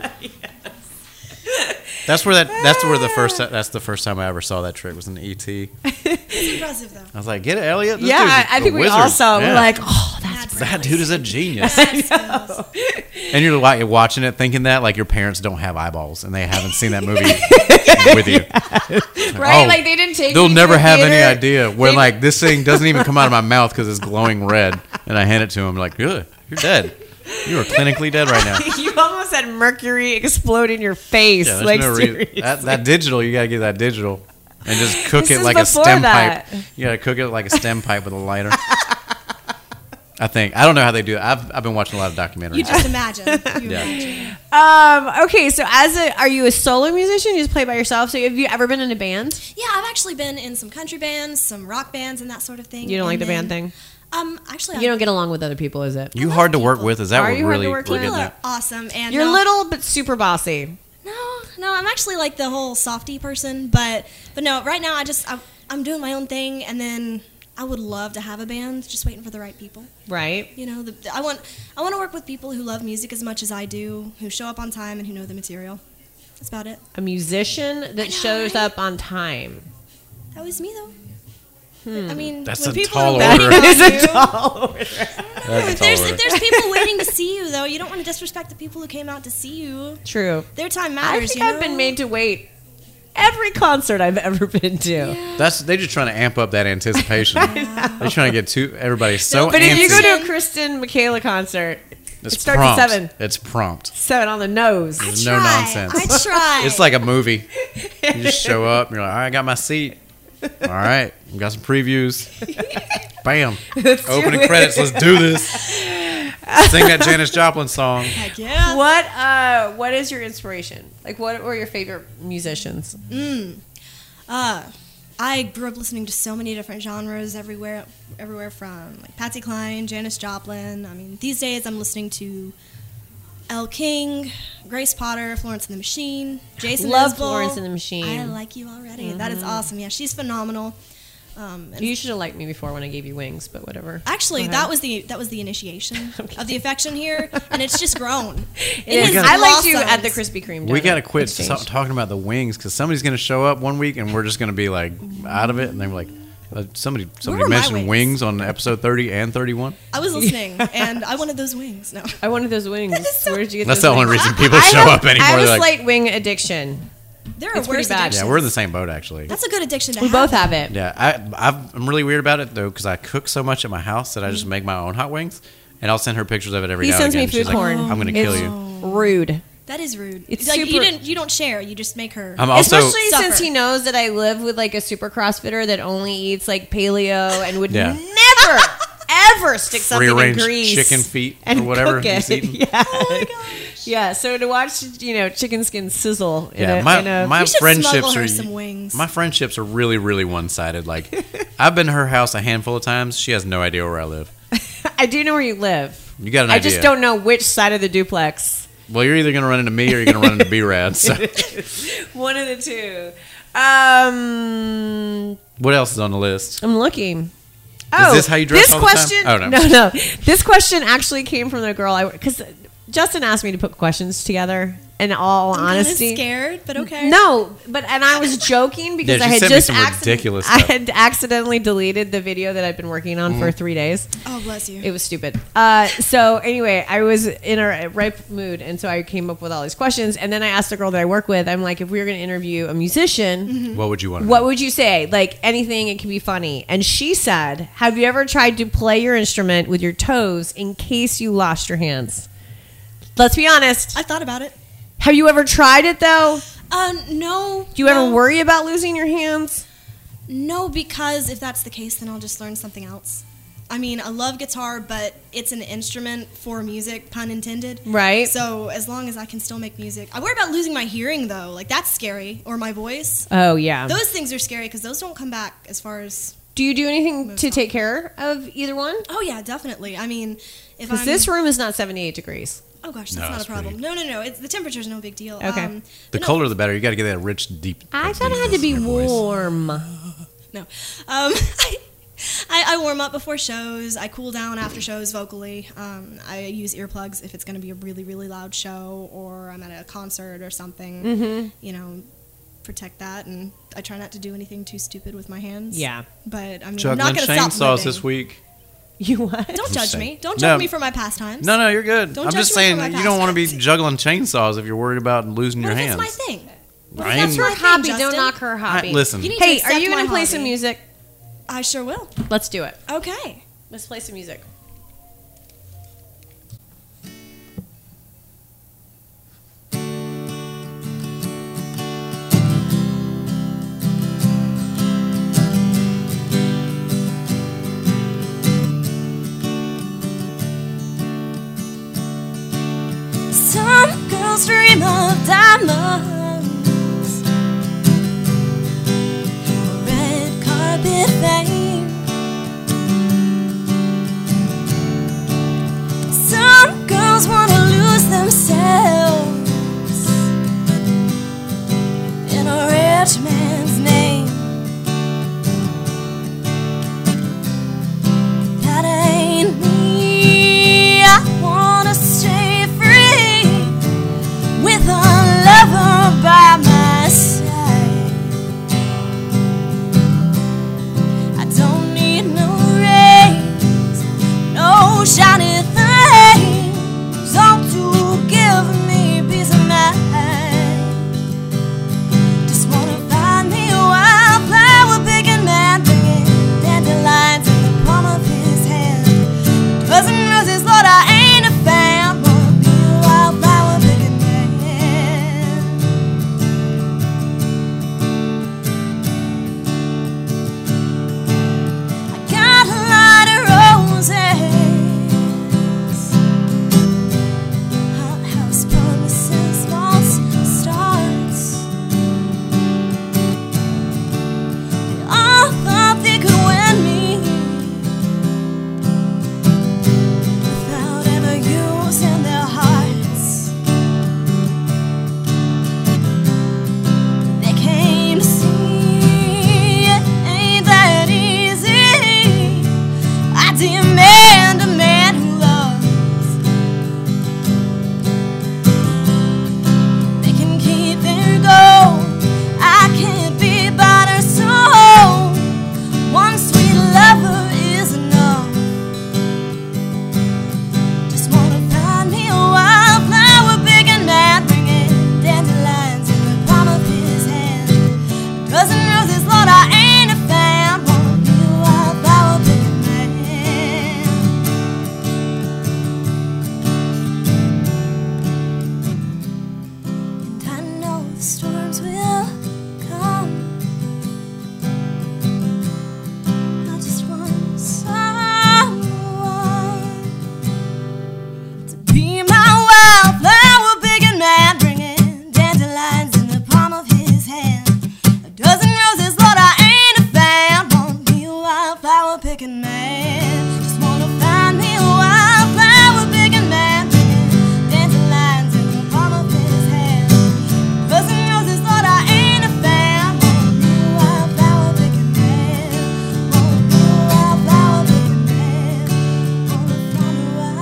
[SPEAKER 1] That's where that. That's where the first.
[SPEAKER 2] Ah.
[SPEAKER 1] That's the first time I ever saw that trick was an ET. I
[SPEAKER 3] It's impressive though.
[SPEAKER 1] was like, get it, Elliot. This dude's
[SPEAKER 2] Yeah,
[SPEAKER 1] a
[SPEAKER 2] I think we
[SPEAKER 1] wizard.
[SPEAKER 2] all saw. it.
[SPEAKER 1] Yeah.
[SPEAKER 2] We're like, oh, that's
[SPEAKER 3] That's
[SPEAKER 1] that dude is a genius.
[SPEAKER 3] skills.
[SPEAKER 1] And you're like watching it, thinking that like your parents don't have eyeballs and they haven't seen that movie with you.
[SPEAKER 2] right.
[SPEAKER 1] Oh,
[SPEAKER 2] like they didn't take.
[SPEAKER 1] They'll
[SPEAKER 2] me to
[SPEAKER 1] never
[SPEAKER 2] the
[SPEAKER 1] have any
[SPEAKER 2] theater.
[SPEAKER 1] idea when
[SPEAKER 2] They-
[SPEAKER 1] like this thing doesn't even come out of my mouth because it's glowing red. And I hand it to him like, good, you're dead. You are clinically dead right now.
[SPEAKER 2] you almost had mercury explode in your face.
[SPEAKER 1] Yeah, there's
[SPEAKER 2] like
[SPEAKER 1] no reason.
[SPEAKER 2] seriously.
[SPEAKER 1] That, that digital, you gotta get that digital and just cook
[SPEAKER 2] This
[SPEAKER 1] it
[SPEAKER 2] is
[SPEAKER 1] like a
[SPEAKER 2] before
[SPEAKER 1] stem
[SPEAKER 2] that.
[SPEAKER 1] pipe. You gotta cook it like a stem pipe with a lighter. I think I don't know how they do it. I've I've been watching a lot of
[SPEAKER 3] You
[SPEAKER 1] documentaries.
[SPEAKER 3] just imagine. You
[SPEAKER 1] Yeah.
[SPEAKER 3] imagine.
[SPEAKER 2] Um, okay, so as a, are you a solo musician? You just play by yourself. So have you ever been in a band?
[SPEAKER 3] Yeah, I've actually been in some country bands, some rock bands, and that sort of thing.
[SPEAKER 2] You don't like
[SPEAKER 3] And
[SPEAKER 2] the band
[SPEAKER 3] then-
[SPEAKER 2] thing.
[SPEAKER 3] Um, actually,
[SPEAKER 2] You don't get along with other people, is it?
[SPEAKER 1] You hard to work with? Is that
[SPEAKER 2] Are
[SPEAKER 1] what
[SPEAKER 2] you hard to
[SPEAKER 1] really we're
[SPEAKER 2] work with?
[SPEAKER 1] getting
[SPEAKER 3] People
[SPEAKER 1] at?
[SPEAKER 3] are awesome, and
[SPEAKER 2] You're
[SPEAKER 3] no,
[SPEAKER 2] little but super bossy.
[SPEAKER 3] No, no, I'm actually like the whole softy person, but but no, right now I just I, I'm doing my own thing, and then I would love to have a band, just waiting for the right people.
[SPEAKER 2] Right.
[SPEAKER 3] You know, the, I want I want to work with people who love music as much as I do, who show up on time and who know the material. That's about it.
[SPEAKER 2] A musician that shows up on time.
[SPEAKER 3] That was me though.
[SPEAKER 2] Hmm.
[SPEAKER 3] I mean,
[SPEAKER 1] That's
[SPEAKER 3] when
[SPEAKER 1] a
[SPEAKER 3] people
[SPEAKER 1] tall
[SPEAKER 3] are waiting
[SPEAKER 1] order.
[SPEAKER 3] on
[SPEAKER 2] Is
[SPEAKER 3] you-
[SPEAKER 2] it tall?
[SPEAKER 3] No,
[SPEAKER 1] That's all
[SPEAKER 3] if there's
[SPEAKER 1] right.
[SPEAKER 3] if there's people waiting to see you though, you don't want to disrespect the people who came out to see you.
[SPEAKER 2] True.
[SPEAKER 3] Their time
[SPEAKER 2] I
[SPEAKER 3] matters.
[SPEAKER 2] think
[SPEAKER 3] you
[SPEAKER 2] I've
[SPEAKER 3] know?
[SPEAKER 2] been made to wait every concert I've ever been to.
[SPEAKER 1] That's they just trying to amp up that anticipation. They're trying to get too everybody so
[SPEAKER 2] But if
[SPEAKER 1] antsy.
[SPEAKER 2] you go to a Kristen Michaela concert,
[SPEAKER 1] it's
[SPEAKER 2] it starts
[SPEAKER 1] prompt.
[SPEAKER 2] at seven.
[SPEAKER 1] It's prompt.
[SPEAKER 2] Seven on the nose.
[SPEAKER 3] I
[SPEAKER 1] There's no
[SPEAKER 3] try.
[SPEAKER 1] nonsense.
[SPEAKER 3] I try.
[SPEAKER 1] It's like a movie. You just show up and you're like, all right, I got my seat. All right, we got some previews. Bam. Opening credits. Let's do this. Sing that Janis Joplin song.
[SPEAKER 3] Heck yeah.
[SPEAKER 2] What uh what is your inspiration? Like what were your favorite musicians?
[SPEAKER 3] Hmm. Uh, I grew up listening to so many different genres everywhere, everywhere from like Patsy Cline, Janis Joplin. I mean, these days I'm listening to El King, Grace Potter, Florence and the Machine, Jason.
[SPEAKER 2] Love
[SPEAKER 3] Isbell.
[SPEAKER 2] Florence and the Machine. Mm-hmm.
[SPEAKER 3] I like you already. That is awesome. Yeah, she's phenomenal. Um, and
[SPEAKER 2] You should have liked me before when I gave you wings, but whatever.
[SPEAKER 3] Actually,
[SPEAKER 2] Okay.
[SPEAKER 3] that was the that was the initiation
[SPEAKER 2] Okay.
[SPEAKER 3] of the affection here, and it's just grown.
[SPEAKER 2] It is-
[SPEAKER 1] gotta-
[SPEAKER 2] I liked you at
[SPEAKER 3] blossomed.
[SPEAKER 2] the Krispy Kreme.
[SPEAKER 1] We
[SPEAKER 2] donut
[SPEAKER 1] got to quit
[SPEAKER 2] exchange.
[SPEAKER 1] so- talking about the wings because somebody's going to show up one week and we're just going to be like out of it. And they're like, uh, somebody somebody
[SPEAKER 3] were my
[SPEAKER 1] mentioned wings
[SPEAKER 3] wings?
[SPEAKER 1] on episode 30 and 31.
[SPEAKER 3] I was listening, and I wanted those wings. No,
[SPEAKER 2] I wanted those wings. Where did you get
[SPEAKER 1] That's the
[SPEAKER 2] those
[SPEAKER 1] only
[SPEAKER 2] wings?
[SPEAKER 1] reason people show
[SPEAKER 2] I have,
[SPEAKER 1] up anymore.
[SPEAKER 2] I have a
[SPEAKER 1] They're like,
[SPEAKER 2] slight wing addiction.
[SPEAKER 3] there are
[SPEAKER 2] It's pretty
[SPEAKER 3] worse
[SPEAKER 2] bad.
[SPEAKER 1] yeah,
[SPEAKER 3] addictions.
[SPEAKER 1] we're in the same boat, actually.
[SPEAKER 3] That's a good addiction to
[SPEAKER 2] We
[SPEAKER 3] have.
[SPEAKER 2] both have it.
[SPEAKER 1] Yeah, I I've, I'm really weird about it though because I cook so much at my house that I just make my own hot wings, and I'll send her pictures of it every
[SPEAKER 2] Mm-hmm. He
[SPEAKER 1] now
[SPEAKER 2] sends
[SPEAKER 1] and
[SPEAKER 2] me
[SPEAKER 1] again.
[SPEAKER 2] food
[SPEAKER 1] She's like,
[SPEAKER 2] porn.
[SPEAKER 1] I'm gonna
[SPEAKER 2] It's
[SPEAKER 1] kill you.
[SPEAKER 2] Rude.
[SPEAKER 3] That is rude.
[SPEAKER 2] It's
[SPEAKER 3] It's like
[SPEAKER 2] super-
[SPEAKER 3] you didn't you don't share. You just make her.
[SPEAKER 1] I'm also
[SPEAKER 2] Especially since
[SPEAKER 3] Suffer.
[SPEAKER 2] he knows that I live with like a super crossfitter that only eats like paleo and would
[SPEAKER 1] Yeah.
[SPEAKER 2] never ever stick something in
[SPEAKER 1] Free-range
[SPEAKER 2] grease
[SPEAKER 1] chicken feet or
[SPEAKER 2] and
[SPEAKER 1] whatever
[SPEAKER 2] cook it.
[SPEAKER 1] he's eating.
[SPEAKER 2] Yeah.
[SPEAKER 3] gosh.
[SPEAKER 2] yeah. So to watch you know chicken skin sizzle. In
[SPEAKER 1] Yeah,
[SPEAKER 2] a,
[SPEAKER 1] my
[SPEAKER 2] in a-
[SPEAKER 1] my
[SPEAKER 3] You should
[SPEAKER 1] friendships
[SPEAKER 3] smuggle her
[SPEAKER 1] are
[SPEAKER 3] some wings.
[SPEAKER 1] my friendships are really really one sided. Like I've been to her house a handful of times. She has no idea where I live.
[SPEAKER 2] I do know where you live.
[SPEAKER 1] You got an
[SPEAKER 2] I
[SPEAKER 1] idea?
[SPEAKER 2] just don't know which side of the duplex.
[SPEAKER 1] Well, you're either gonna run into me or you're gonna run into B-Rad. So
[SPEAKER 2] One of the two. Um,
[SPEAKER 1] what else is on the list?
[SPEAKER 2] I'm looking. Oh,
[SPEAKER 1] this how you dress
[SPEAKER 2] This
[SPEAKER 1] all the time?
[SPEAKER 2] question,
[SPEAKER 1] Oh, no.
[SPEAKER 2] no, no. This question actually came from the girl I because Justin asked me to put questions together. In all
[SPEAKER 3] I'm kinda
[SPEAKER 2] honesty,
[SPEAKER 3] scared, but okay.
[SPEAKER 2] no, but and I was joking because
[SPEAKER 1] Yeah,
[SPEAKER 2] I
[SPEAKER 1] she
[SPEAKER 2] had
[SPEAKER 1] sent me
[SPEAKER 2] just
[SPEAKER 1] some
[SPEAKER 2] acciden-
[SPEAKER 1] ridiculous
[SPEAKER 2] I
[SPEAKER 1] stuff. Mm-hmm.
[SPEAKER 2] had accidentally deleted the video that I'd been working on for three days.
[SPEAKER 3] Oh bless you.
[SPEAKER 2] It was stupid. Uh, so anyway, I was in a ripe mood, and so I came up with all these questions. And then I asked the girl that I work with, I'm like, if we were going to interview a musician,
[SPEAKER 1] What would you want? to
[SPEAKER 2] Mm-hmm. what
[SPEAKER 1] know?
[SPEAKER 2] would you say? Like anything, it can be funny. And she said, Have you ever tried to play your instrument with your toes in case you lost your hands? Let's be honest.
[SPEAKER 3] I thought about it.
[SPEAKER 2] Have you ever tried it though?
[SPEAKER 3] Uh, no.
[SPEAKER 2] Do you ever
[SPEAKER 3] no,
[SPEAKER 2] worry about losing your hands?
[SPEAKER 3] No, because if that's the case, then I'll just learn something else. I mean, I love guitar, but it's an instrument for music, pun intended.
[SPEAKER 2] Right.
[SPEAKER 3] So as long as I can still make music, I worry about losing my hearing though. Like that's scary, or my voice.
[SPEAKER 2] Oh, yeah.
[SPEAKER 3] Those things are scary because those don't come back as far as.
[SPEAKER 2] Do you do anything to take care of either one?
[SPEAKER 3] Oh yeah, definitely. I mean, if
[SPEAKER 2] Because
[SPEAKER 3] I'm,
[SPEAKER 2] this room is not 78 degrees.
[SPEAKER 4] Oh gosh,
[SPEAKER 1] No,
[SPEAKER 4] that's not
[SPEAKER 1] it's
[SPEAKER 4] a problem.
[SPEAKER 1] pretty-
[SPEAKER 4] No, no, no. It's the temperature's no big deal.
[SPEAKER 2] Okay.
[SPEAKER 4] Um,
[SPEAKER 1] The
[SPEAKER 4] but no,
[SPEAKER 1] colder the better. You got to get that rich, deep.
[SPEAKER 2] I thought it had
[SPEAKER 1] deepness
[SPEAKER 2] to be
[SPEAKER 1] in your voice.
[SPEAKER 2] warm.
[SPEAKER 4] No. Um, I, I warm up before shows. I cool down after shows vocally. Um, I use earplugs if it's going to be a really, really loud show or I'm at a concert or something.
[SPEAKER 2] Mm-hmm.
[SPEAKER 4] You know, protect that. And I try not to do anything too stupid with my hands.
[SPEAKER 2] Yeah.
[SPEAKER 4] But I mean,
[SPEAKER 1] Chugging
[SPEAKER 4] I'm not
[SPEAKER 1] and
[SPEAKER 4] going to
[SPEAKER 1] Shane
[SPEAKER 4] stop
[SPEAKER 1] saw us
[SPEAKER 4] moving.
[SPEAKER 1] this week.
[SPEAKER 2] You what?
[SPEAKER 4] Don't judge me. Don't
[SPEAKER 1] No.
[SPEAKER 4] judge me for my pastimes.
[SPEAKER 1] No, no, you're good.
[SPEAKER 4] Don't
[SPEAKER 1] I'm
[SPEAKER 4] judge
[SPEAKER 1] just
[SPEAKER 4] me for
[SPEAKER 1] saying
[SPEAKER 4] my
[SPEAKER 1] you don't want to be
[SPEAKER 4] past.
[SPEAKER 1] juggling chainsaws if you're worried about losing
[SPEAKER 4] What
[SPEAKER 1] your
[SPEAKER 4] if
[SPEAKER 1] hands.
[SPEAKER 4] it's my thing? What
[SPEAKER 1] I
[SPEAKER 4] if that's
[SPEAKER 1] ain't-
[SPEAKER 4] my
[SPEAKER 2] Her
[SPEAKER 4] thing,
[SPEAKER 2] hobby. Don't
[SPEAKER 4] Justin?
[SPEAKER 2] knock her hobby.
[SPEAKER 1] I- listen.
[SPEAKER 4] You need to
[SPEAKER 2] Hey, are
[SPEAKER 4] accept
[SPEAKER 2] you
[SPEAKER 4] my
[SPEAKER 2] going to play
[SPEAKER 4] hobby.
[SPEAKER 2] some music?
[SPEAKER 4] I sure will.
[SPEAKER 2] Let's do it.
[SPEAKER 4] Okay.
[SPEAKER 2] Let's play some music.
[SPEAKER 3] Some girls dream of diamonds, red carpet fame. Some girls want to lose themselves in a rich man's name. That ain't me. I wanna stay free with a lover by my side. I don't need no rings, no shiny things, all to give me peace of mind. Just wanna find me a wildflower, picking man, bringing dandelions in the palm of his hand. Dozen roses, Lord, I ain't a fan. Wanna be a wildflower, picking man. I got a lot of roses, hot house promises, false starts. They all thought they could win me without ever using their hearts. They came to see it ain't that easy. I demand a man who loves. They can keep their gold. I can't be bothered, so one sweet lover is enough. Just wanna find me a wildflower, big and mad, bringing dandelions in the palm of his hand. Dozen roses, Lord, I ain't a fan. Wanna be a wildflower, big and mad. And I know the storms will come. I just want someone to be my wildflower, big and mad, bringing dandelions in the palm of his hand. A dozen roses, Lord, I ain't a fan. Won't be a wildflower, picking man. Just wanna find me a wildflower, picking man, bringing dandelions in the palm of his hand. Dozen roses, Lord, I ain't a fan. Won't be a wildflower, picking man. Won't be a wildflower, picking man. Wanna find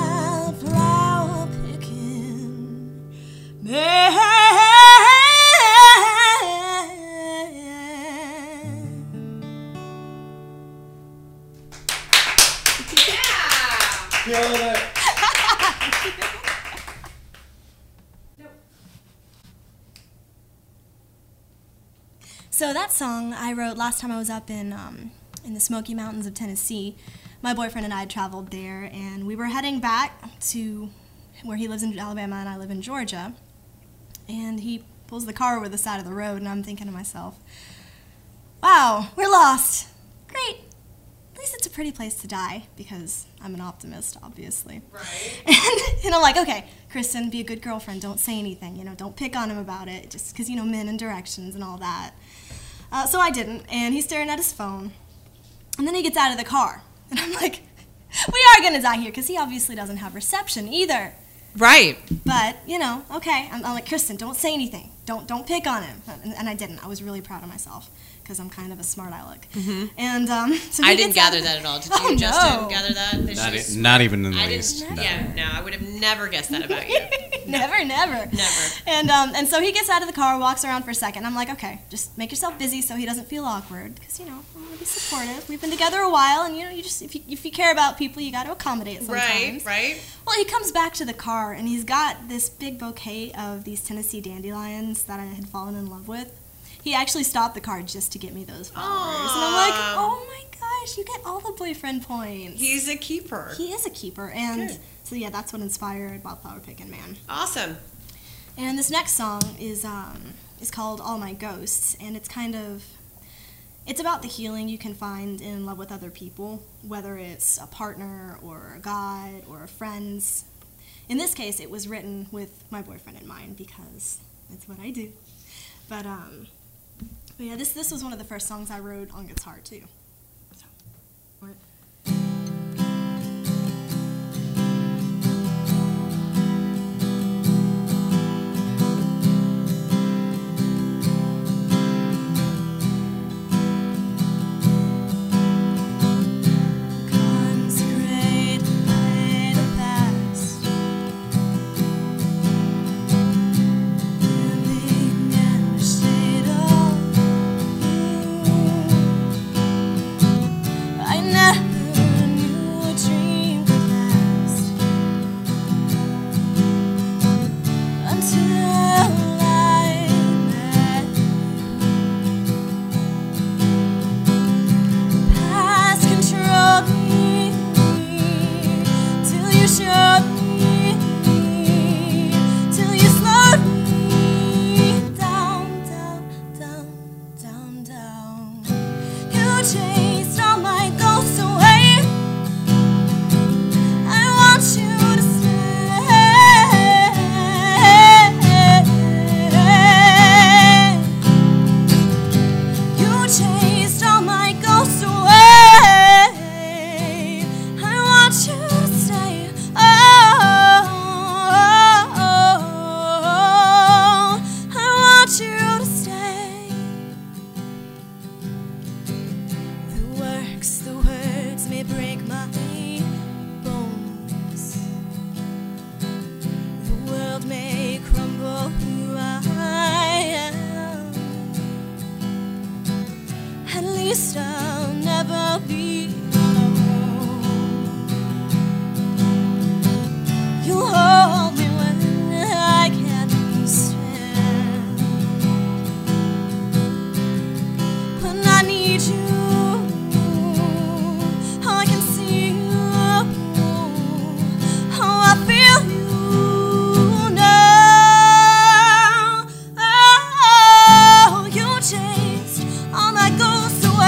[SPEAKER 3] a wildflower, picking Man.
[SPEAKER 4] So that song I wrote last time I was up in um, in the Smoky Mountains of Tennessee. My boyfriend and I had traveled there, and we were heading back to where he lives in Alabama and I live in Georgia. And he pulls the car over the side of the road, and I'm thinking to myself, "Wow, we're lost. Great. At least it's a pretty place to die because I'm an optimist, obviously." And, and I'm like, okay, Kristen, be a good girlfriend. Don't say anything. You know, don't pick on him about it. Just because, you know, men and directions and all that. Uh, so I didn't. And he's staring at his phone. And then he gets out of the car. And I'm like, we are going to die here because he obviously doesn't have reception either.
[SPEAKER 2] Right.
[SPEAKER 5] But you know, okay. I'm, I'm like Kristen, don't say anything. Don't don't pick on him. And, and I didn't. I was really proud of myself because I'm kind of a smart aleck. And um, so
[SPEAKER 2] Mm-hmm. I
[SPEAKER 5] he
[SPEAKER 2] didn't
[SPEAKER 5] gets out
[SPEAKER 2] gather
[SPEAKER 5] of
[SPEAKER 2] that at all. Did you,
[SPEAKER 5] Oh, no.
[SPEAKER 2] Justin, gather that? That
[SPEAKER 1] Not,
[SPEAKER 2] she's-
[SPEAKER 1] e- not even in the
[SPEAKER 2] I
[SPEAKER 1] least.
[SPEAKER 2] didn't. Yeah, no, I would have never guessed that about you.
[SPEAKER 5] never, never,
[SPEAKER 2] Never.
[SPEAKER 5] And um, and so he gets out of the car, walks around for a second. I'm like, okay, just make yourself busy so he doesn't feel awkward, because you know I want to be supportive. We've been together a while, and you know, you just if you, if you care about people, you got to accommodate
[SPEAKER 2] Right,
[SPEAKER 5] sometimes.
[SPEAKER 2] right.
[SPEAKER 5] Well, he comes back to the car, and he's got this big bouquet of these Tennessee dandelions that I had fallen in love with. He actually stopped the car just to get me those flowers, and I'm like,
[SPEAKER 2] Aw.
[SPEAKER 5] oh my gosh, you get all the boyfriend points.
[SPEAKER 2] He's a keeper.
[SPEAKER 5] He is a keeper, and
[SPEAKER 2] Good.
[SPEAKER 5] so yeah, that's what inspired Wildflower Pickin' Man.
[SPEAKER 2] Awesome.
[SPEAKER 5] And this next song is um, is called All My Ghosts, and it's kind of it's about the healing you can find in love with other people, whether it's a partner or a god or friends. In this case, it was written with my boyfriend in mind because that's what I do. But um, but yeah, this this was one of the first songs I wrote on guitar too. So. Consecrate by the past, living in the shade of I never knew a dream could last until I met Past controlled me till you showed me, till you slowed me down, down, down, down, down. You chased all my ghosts away. I want you to stay. You chased all my ghosts away. I want you to stay. Oh, I want you to stay. The works, the words may break my bones. The world may crumble who I am. At least I'll never be alone. You hold me when I can't stand. When I need you, all I can see you. Oh, I feel you now. Oh, you chased all my ghosts away.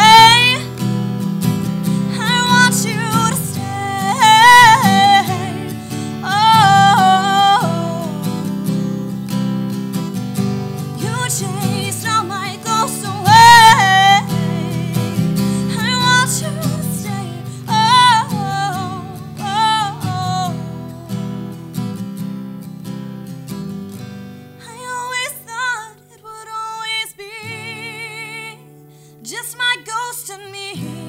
[SPEAKER 5] I want you to stay. Oh. You chased all my ghosts away. I want you to stay. Oh, oh, I always thought it would always be just my ghost in me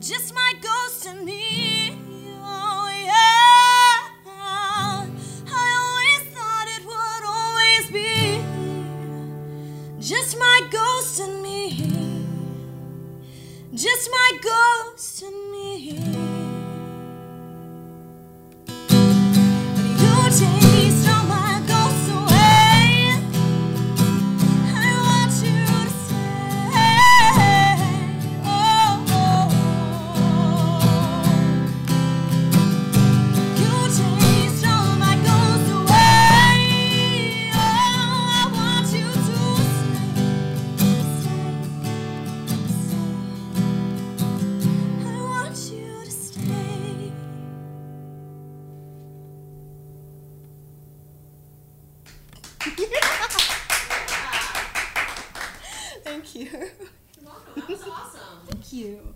[SPEAKER 5] just my ghost and me. Oh, yeah. I always thought it would always be just my ghost and me. Just my ghost and me. You chased all my ghosts away. I want you to stay. Oh, you chased all my ghosts away. Oh, I want you to stay, stay, I want you to stay. Thank you.
[SPEAKER 2] That was awesome.
[SPEAKER 5] Thank you.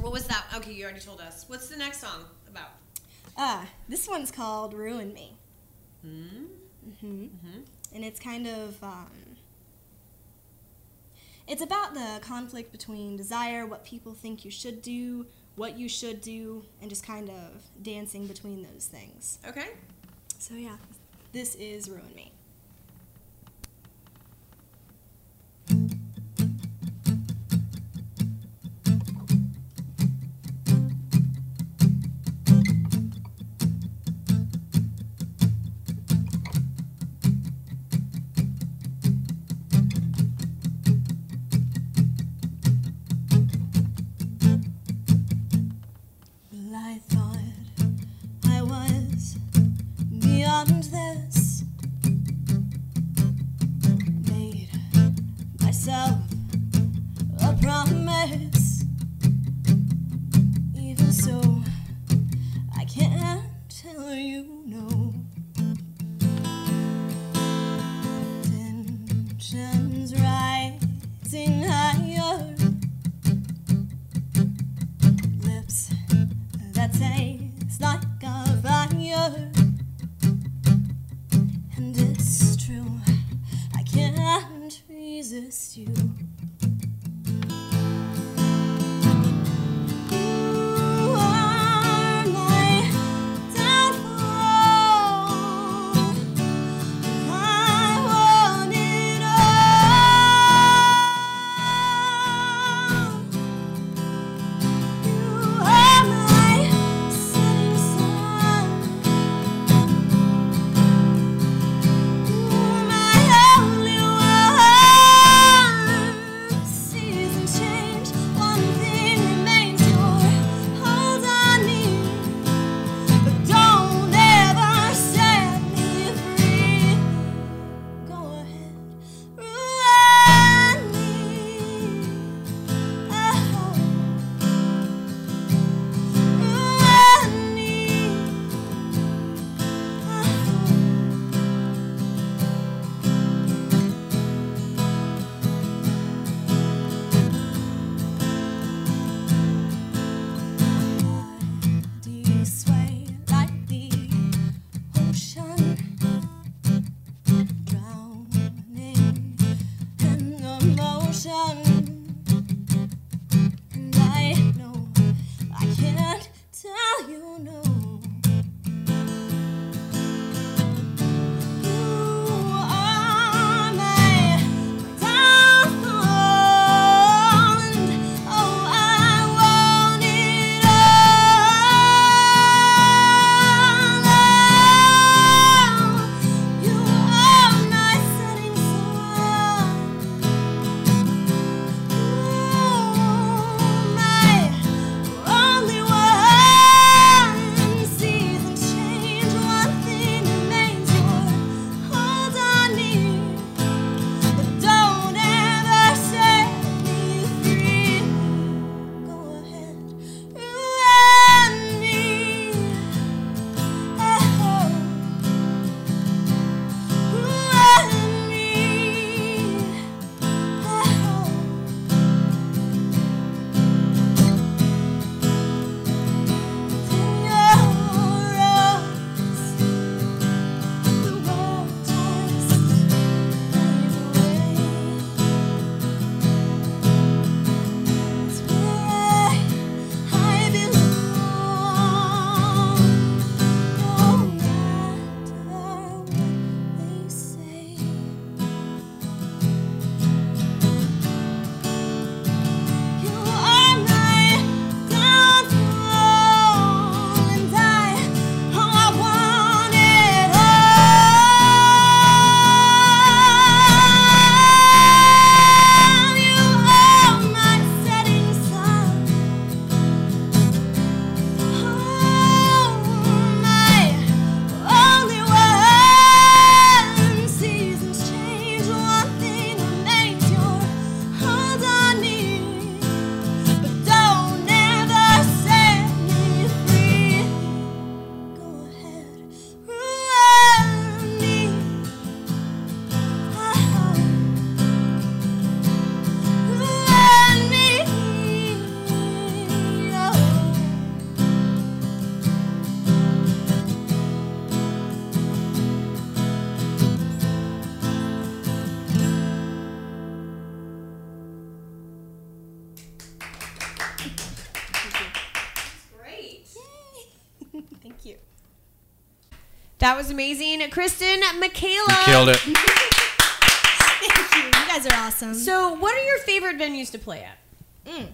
[SPEAKER 2] What was that? Okay, you already told us. What's the next song about?
[SPEAKER 3] Uh, this one's called Ruin Me. Mm-hmm. And it's kind of. Um, it's about the conflict between desire, what people think you should do, what you should do, and just kind of dancing between those things.
[SPEAKER 2] Okay.
[SPEAKER 3] So, yeah, this is Ruin Me.
[SPEAKER 5] Well, I thought I was beyond this. Made myself a promise. Even so, I can't tell you no. Tensions rising higher. Lips that tastes like a fire. And it's true, I can't resist you. You are my downfall. I want it all. You are my setting sun. You are my only one. Uh-huh. Uh-huh. oh.
[SPEAKER 2] That was amazing. Kristen Michaela.
[SPEAKER 1] You killed it.
[SPEAKER 3] Thank you. You guys are awesome.
[SPEAKER 2] So, what are your favorite venues to play at?
[SPEAKER 3] Mm.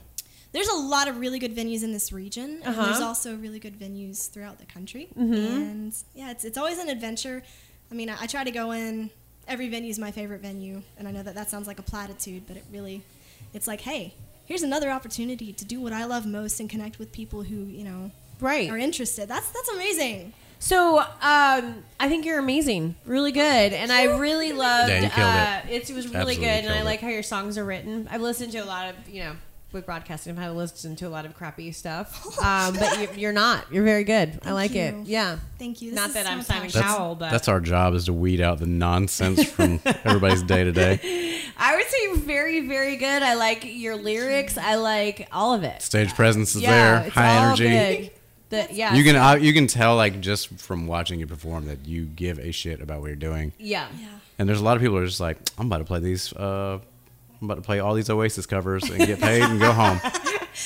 [SPEAKER 3] There's a lot of really good venues in this region. and
[SPEAKER 2] Uh-huh.
[SPEAKER 3] There's also really good venues throughout the country. And yeah, it's, it's always an adventure. I mean, I, I try to go in. Every venue is my favorite venue, and I know that that sounds like a platitude, but it really, it's like, hey, here's another opportunity to do what I love most and connect with people who you know are
[SPEAKER 2] Right.
[SPEAKER 3] interested. That's that's amazing.
[SPEAKER 2] So, um, I think you're amazing. Really good. And I really loved
[SPEAKER 1] Yeah, you killed
[SPEAKER 2] uh, it. It was really
[SPEAKER 1] Absolutely
[SPEAKER 2] good. And I
[SPEAKER 1] killed it.
[SPEAKER 2] like how your songs are written. I've listened to a lot of, you know, with broadcasting, I've had to listen to a lot of crappy stuff. Um, but you, you're not. You're very good. I like it.
[SPEAKER 3] you.
[SPEAKER 2] Yeah.
[SPEAKER 3] Thank you. This
[SPEAKER 2] Not
[SPEAKER 3] is
[SPEAKER 2] that
[SPEAKER 3] so
[SPEAKER 2] I'm
[SPEAKER 3] much
[SPEAKER 2] Simon
[SPEAKER 3] fun.
[SPEAKER 2] Cowell.
[SPEAKER 1] That's,
[SPEAKER 2] Owl, but-
[SPEAKER 1] that's our job is to weed out the nonsense from everybody's day to day.
[SPEAKER 2] I would say you're very, very good. I like your lyrics. I like all of it.
[SPEAKER 1] Stage presence is there,
[SPEAKER 2] it's
[SPEAKER 1] high
[SPEAKER 2] all
[SPEAKER 1] energy.
[SPEAKER 2] good. The- yeah.
[SPEAKER 1] You can uh, you can tell like just from watching you perform that you give a shit about what you're doing.
[SPEAKER 2] yeah.
[SPEAKER 3] Yeah.
[SPEAKER 1] And there's a lot of people who are just like, I'm about to play these. Uh, I'm about to play all these Oasis covers and get paid and go home.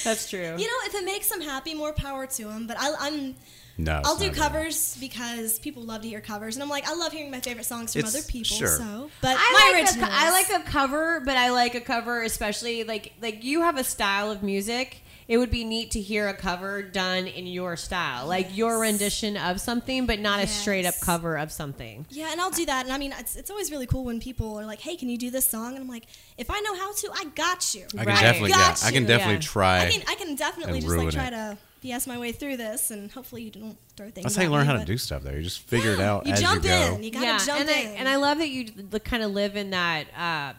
[SPEAKER 2] That's true.
[SPEAKER 3] You know, if it makes them happy, more power to them. But I, I'm
[SPEAKER 1] No, it's
[SPEAKER 3] I'll do
[SPEAKER 1] not about that.
[SPEAKER 3] covers because people love to hear covers, and I'm like, I love hearing my favorite songs from
[SPEAKER 1] It's-
[SPEAKER 3] other people.
[SPEAKER 1] sure.
[SPEAKER 3] So, but
[SPEAKER 2] I
[SPEAKER 3] my
[SPEAKER 2] like a co-
[SPEAKER 3] originals.
[SPEAKER 2] I like a cover, but I like a cover especially like like you have a style of music. It would be neat to hear a cover done in your style, like your rendition of something, but not a straight up
[SPEAKER 3] Yes.
[SPEAKER 2] cover of something.
[SPEAKER 3] yeah, and I'll do that. And I mean, it's, it's always really cool when people are like, "Hey, can you do this song?" And I'm like, "If I know how to, I got you.
[SPEAKER 1] I can
[SPEAKER 2] Right.
[SPEAKER 1] definitely, yeah,
[SPEAKER 3] Got
[SPEAKER 1] I can
[SPEAKER 3] you.
[SPEAKER 1] definitely
[SPEAKER 2] Yeah.
[SPEAKER 1] try.
[SPEAKER 3] I can I can definitely
[SPEAKER 1] and
[SPEAKER 3] just like
[SPEAKER 1] ruin
[SPEAKER 3] try
[SPEAKER 1] it.
[SPEAKER 3] to BS my way through this, and hopefully you don't throw things.
[SPEAKER 1] That's how
[SPEAKER 3] at
[SPEAKER 1] you learn
[SPEAKER 3] me,
[SPEAKER 1] how to
[SPEAKER 3] but-
[SPEAKER 1] do stuff. Though you just figure it out
[SPEAKER 3] You
[SPEAKER 1] as
[SPEAKER 3] jump
[SPEAKER 1] you go.
[SPEAKER 3] in. You gotta jump
[SPEAKER 2] and
[SPEAKER 3] in.
[SPEAKER 2] I, and I love that you l- kind of live in that. Uh,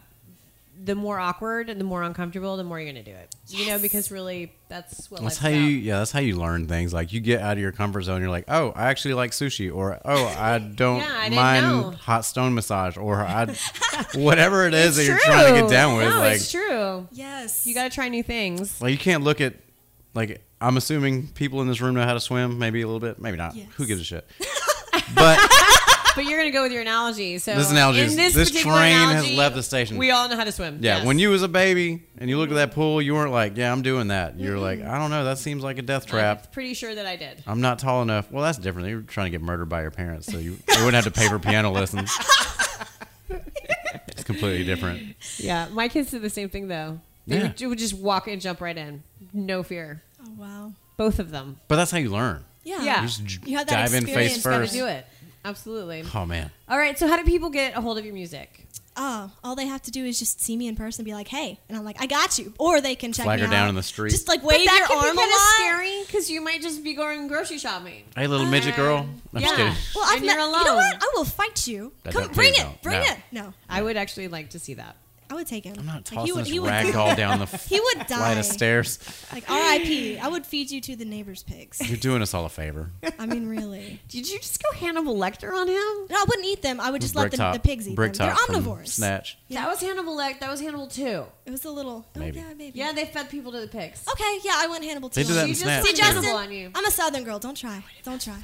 [SPEAKER 2] the more awkward and the more uncomfortable, the more you're going to do it. You know, because really, that's what.
[SPEAKER 1] That's
[SPEAKER 2] life's
[SPEAKER 1] how
[SPEAKER 2] about.
[SPEAKER 1] you yeah, that's how you learn things. Like you get out of your comfort zone, you're like, Oh, I actually like sushi or oh I don't
[SPEAKER 2] Yeah, I didn't know.
[SPEAKER 1] mind hot stone massage or I whatever it is that
[SPEAKER 2] It's
[SPEAKER 1] you're trying to
[SPEAKER 2] true.
[SPEAKER 1] get down with.
[SPEAKER 2] No,
[SPEAKER 1] like
[SPEAKER 2] it's true.
[SPEAKER 3] yes,
[SPEAKER 2] You got to try new things.
[SPEAKER 1] like you can't look at like I'm assuming people in this room know how to swim, maybe a little bit, maybe not.
[SPEAKER 3] Yes.
[SPEAKER 1] Who gives a shit? but
[SPEAKER 2] But you're going to go with your analogy. So
[SPEAKER 1] this analogy is
[SPEAKER 2] in
[SPEAKER 1] this, train
[SPEAKER 2] particular
[SPEAKER 1] has
[SPEAKER 2] analogy,
[SPEAKER 1] left the station.
[SPEAKER 2] We all know how to swim.
[SPEAKER 1] yeah,
[SPEAKER 2] yes.
[SPEAKER 1] when you was a baby and you looked at that pool, you weren't like, Yeah, I'm doing that. You're like, I don't know, that seems like a death trap.
[SPEAKER 2] I'm pretty sure that I did.
[SPEAKER 1] I'm not tall enough. Well, that's different. You were trying to get murdered by your parents, so you, they wouldn't have to pay for piano lessons. it's completely different.
[SPEAKER 2] Yeah, my kids did the same thing though. They
[SPEAKER 1] Yeah.
[SPEAKER 2] would, would just walk and jump right in, no fear.
[SPEAKER 3] Oh wow.
[SPEAKER 2] Both of them.
[SPEAKER 1] But that's how you learn.
[SPEAKER 3] Yeah.
[SPEAKER 2] Yeah.
[SPEAKER 1] You just j-
[SPEAKER 3] You have that
[SPEAKER 1] dive in face
[SPEAKER 3] experience, gotta
[SPEAKER 1] first.
[SPEAKER 2] Gotta do it. Absolutely.
[SPEAKER 1] Oh man,
[SPEAKER 2] All right. So, how do people get a hold of your music?
[SPEAKER 3] Oh, all they have to do is just see me in person and be like, "Hey," and I'm like, "I got you," or they can check
[SPEAKER 1] Flag
[SPEAKER 3] me
[SPEAKER 1] her down
[SPEAKER 3] out.
[SPEAKER 1] in the street.
[SPEAKER 3] Just like wave your arm a lot.
[SPEAKER 2] scary because you might just be going grocery shopping.
[SPEAKER 1] hey little
[SPEAKER 3] Uh,
[SPEAKER 1] midget girl. I'm
[SPEAKER 2] yeah.
[SPEAKER 1] just kidding.
[SPEAKER 3] Well,
[SPEAKER 2] And
[SPEAKER 3] I've
[SPEAKER 2] you're
[SPEAKER 3] met,
[SPEAKER 2] alone.
[SPEAKER 3] You know what? I will fight you.
[SPEAKER 1] That-
[SPEAKER 3] Come,
[SPEAKER 1] that-
[SPEAKER 3] bring
[SPEAKER 1] please
[SPEAKER 3] it,
[SPEAKER 1] don't.
[SPEAKER 3] bring
[SPEAKER 1] No.
[SPEAKER 3] it. No,
[SPEAKER 2] I would actually like to see that.
[SPEAKER 3] I would take him.
[SPEAKER 1] I'm not
[SPEAKER 3] Like, he
[SPEAKER 1] tossing
[SPEAKER 3] would,
[SPEAKER 1] this
[SPEAKER 3] he would,
[SPEAKER 1] ragdoll down the
[SPEAKER 3] He would
[SPEAKER 1] flight
[SPEAKER 3] die.
[SPEAKER 1] of stairs.
[SPEAKER 3] Like R.I.P. I would feed you to the neighbor's pigs.
[SPEAKER 1] You're doing us all a favor.
[SPEAKER 3] I mean, really.
[SPEAKER 2] Did you just go Hannibal Lecter on him?
[SPEAKER 3] No, I wouldn't eat them. I would just let the,
[SPEAKER 1] Bricktop-
[SPEAKER 3] the pigs eat them.
[SPEAKER 1] Bricktop
[SPEAKER 3] They're
[SPEAKER 1] from
[SPEAKER 3] omnivores.
[SPEAKER 1] Snatch.
[SPEAKER 3] Yeah.
[SPEAKER 2] That was Hannibal Lecter. That was Hannibal too.
[SPEAKER 3] It was a little. oh,
[SPEAKER 1] Maybe.
[SPEAKER 3] yeah, maybe.
[SPEAKER 2] Yeah, they fed people to the pigs.
[SPEAKER 3] Okay. Yeah, I want Hannibal too.
[SPEAKER 1] They do that in
[SPEAKER 2] you
[SPEAKER 3] See,
[SPEAKER 2] just
[SPEAKER 1] Snatch,
[SPEAKER 2] put
[SPEAKER 1] too.
[SPEAKER 2] Hannibal
[SPEAKER 3] Justin,
[SPEAKER 2] on you.
[SPEAKER 3] I'm a Southern girl. Don't try. Don't try.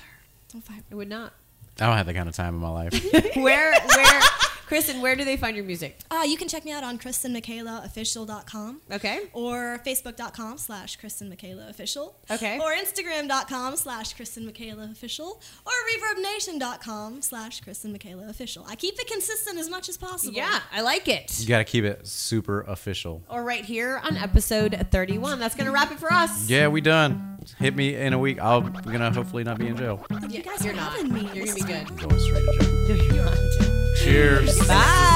[SPEAKER 3] Don't fight.
[SPEAKER 2] I would not.
[SPEAKER 1] I don't have that kind of time in my life.
[SPEAKER 2] Where, where, Kristen? Where do they find your music?
[SPEAKER 3] Uh, you can check me out on KristenMichaelaOfficial.com.
[SPEAKER 2] Okay.
[SPEAKER 3] or facebook.com slash kristen michaela official
[SPEAKER 2] Okay.
[SPEAKER 3] or instagram.com slash kristen michaela official or reverbnation.com slash kristen michaela official i keep it consistent as much as possible
[SPEAKER 2] Yeah, I like it.
[SPEAKER 1] you got to keep it super official.
[SPEAKER 2] Or right here on episode 31. That's going to wrap it for us.
[SPEAKER 1] Yeah, we done. Hit me in a week. I'm gonna hopefully not be in jail.
[SPEAKER 3] you guys
[SPEAKER 2] You're
[SPEAKER 3] are
[SPEAKER 2] not.
[SPEAKER 3] having me
[SPEAKER 2] You're going to be good.
[SPEAKER 1] I'm going straight to jail.
[SPEAKER 2] No, you're not.
[SPEAKER 1] Cheers.
[SPEAKER 2] Bye.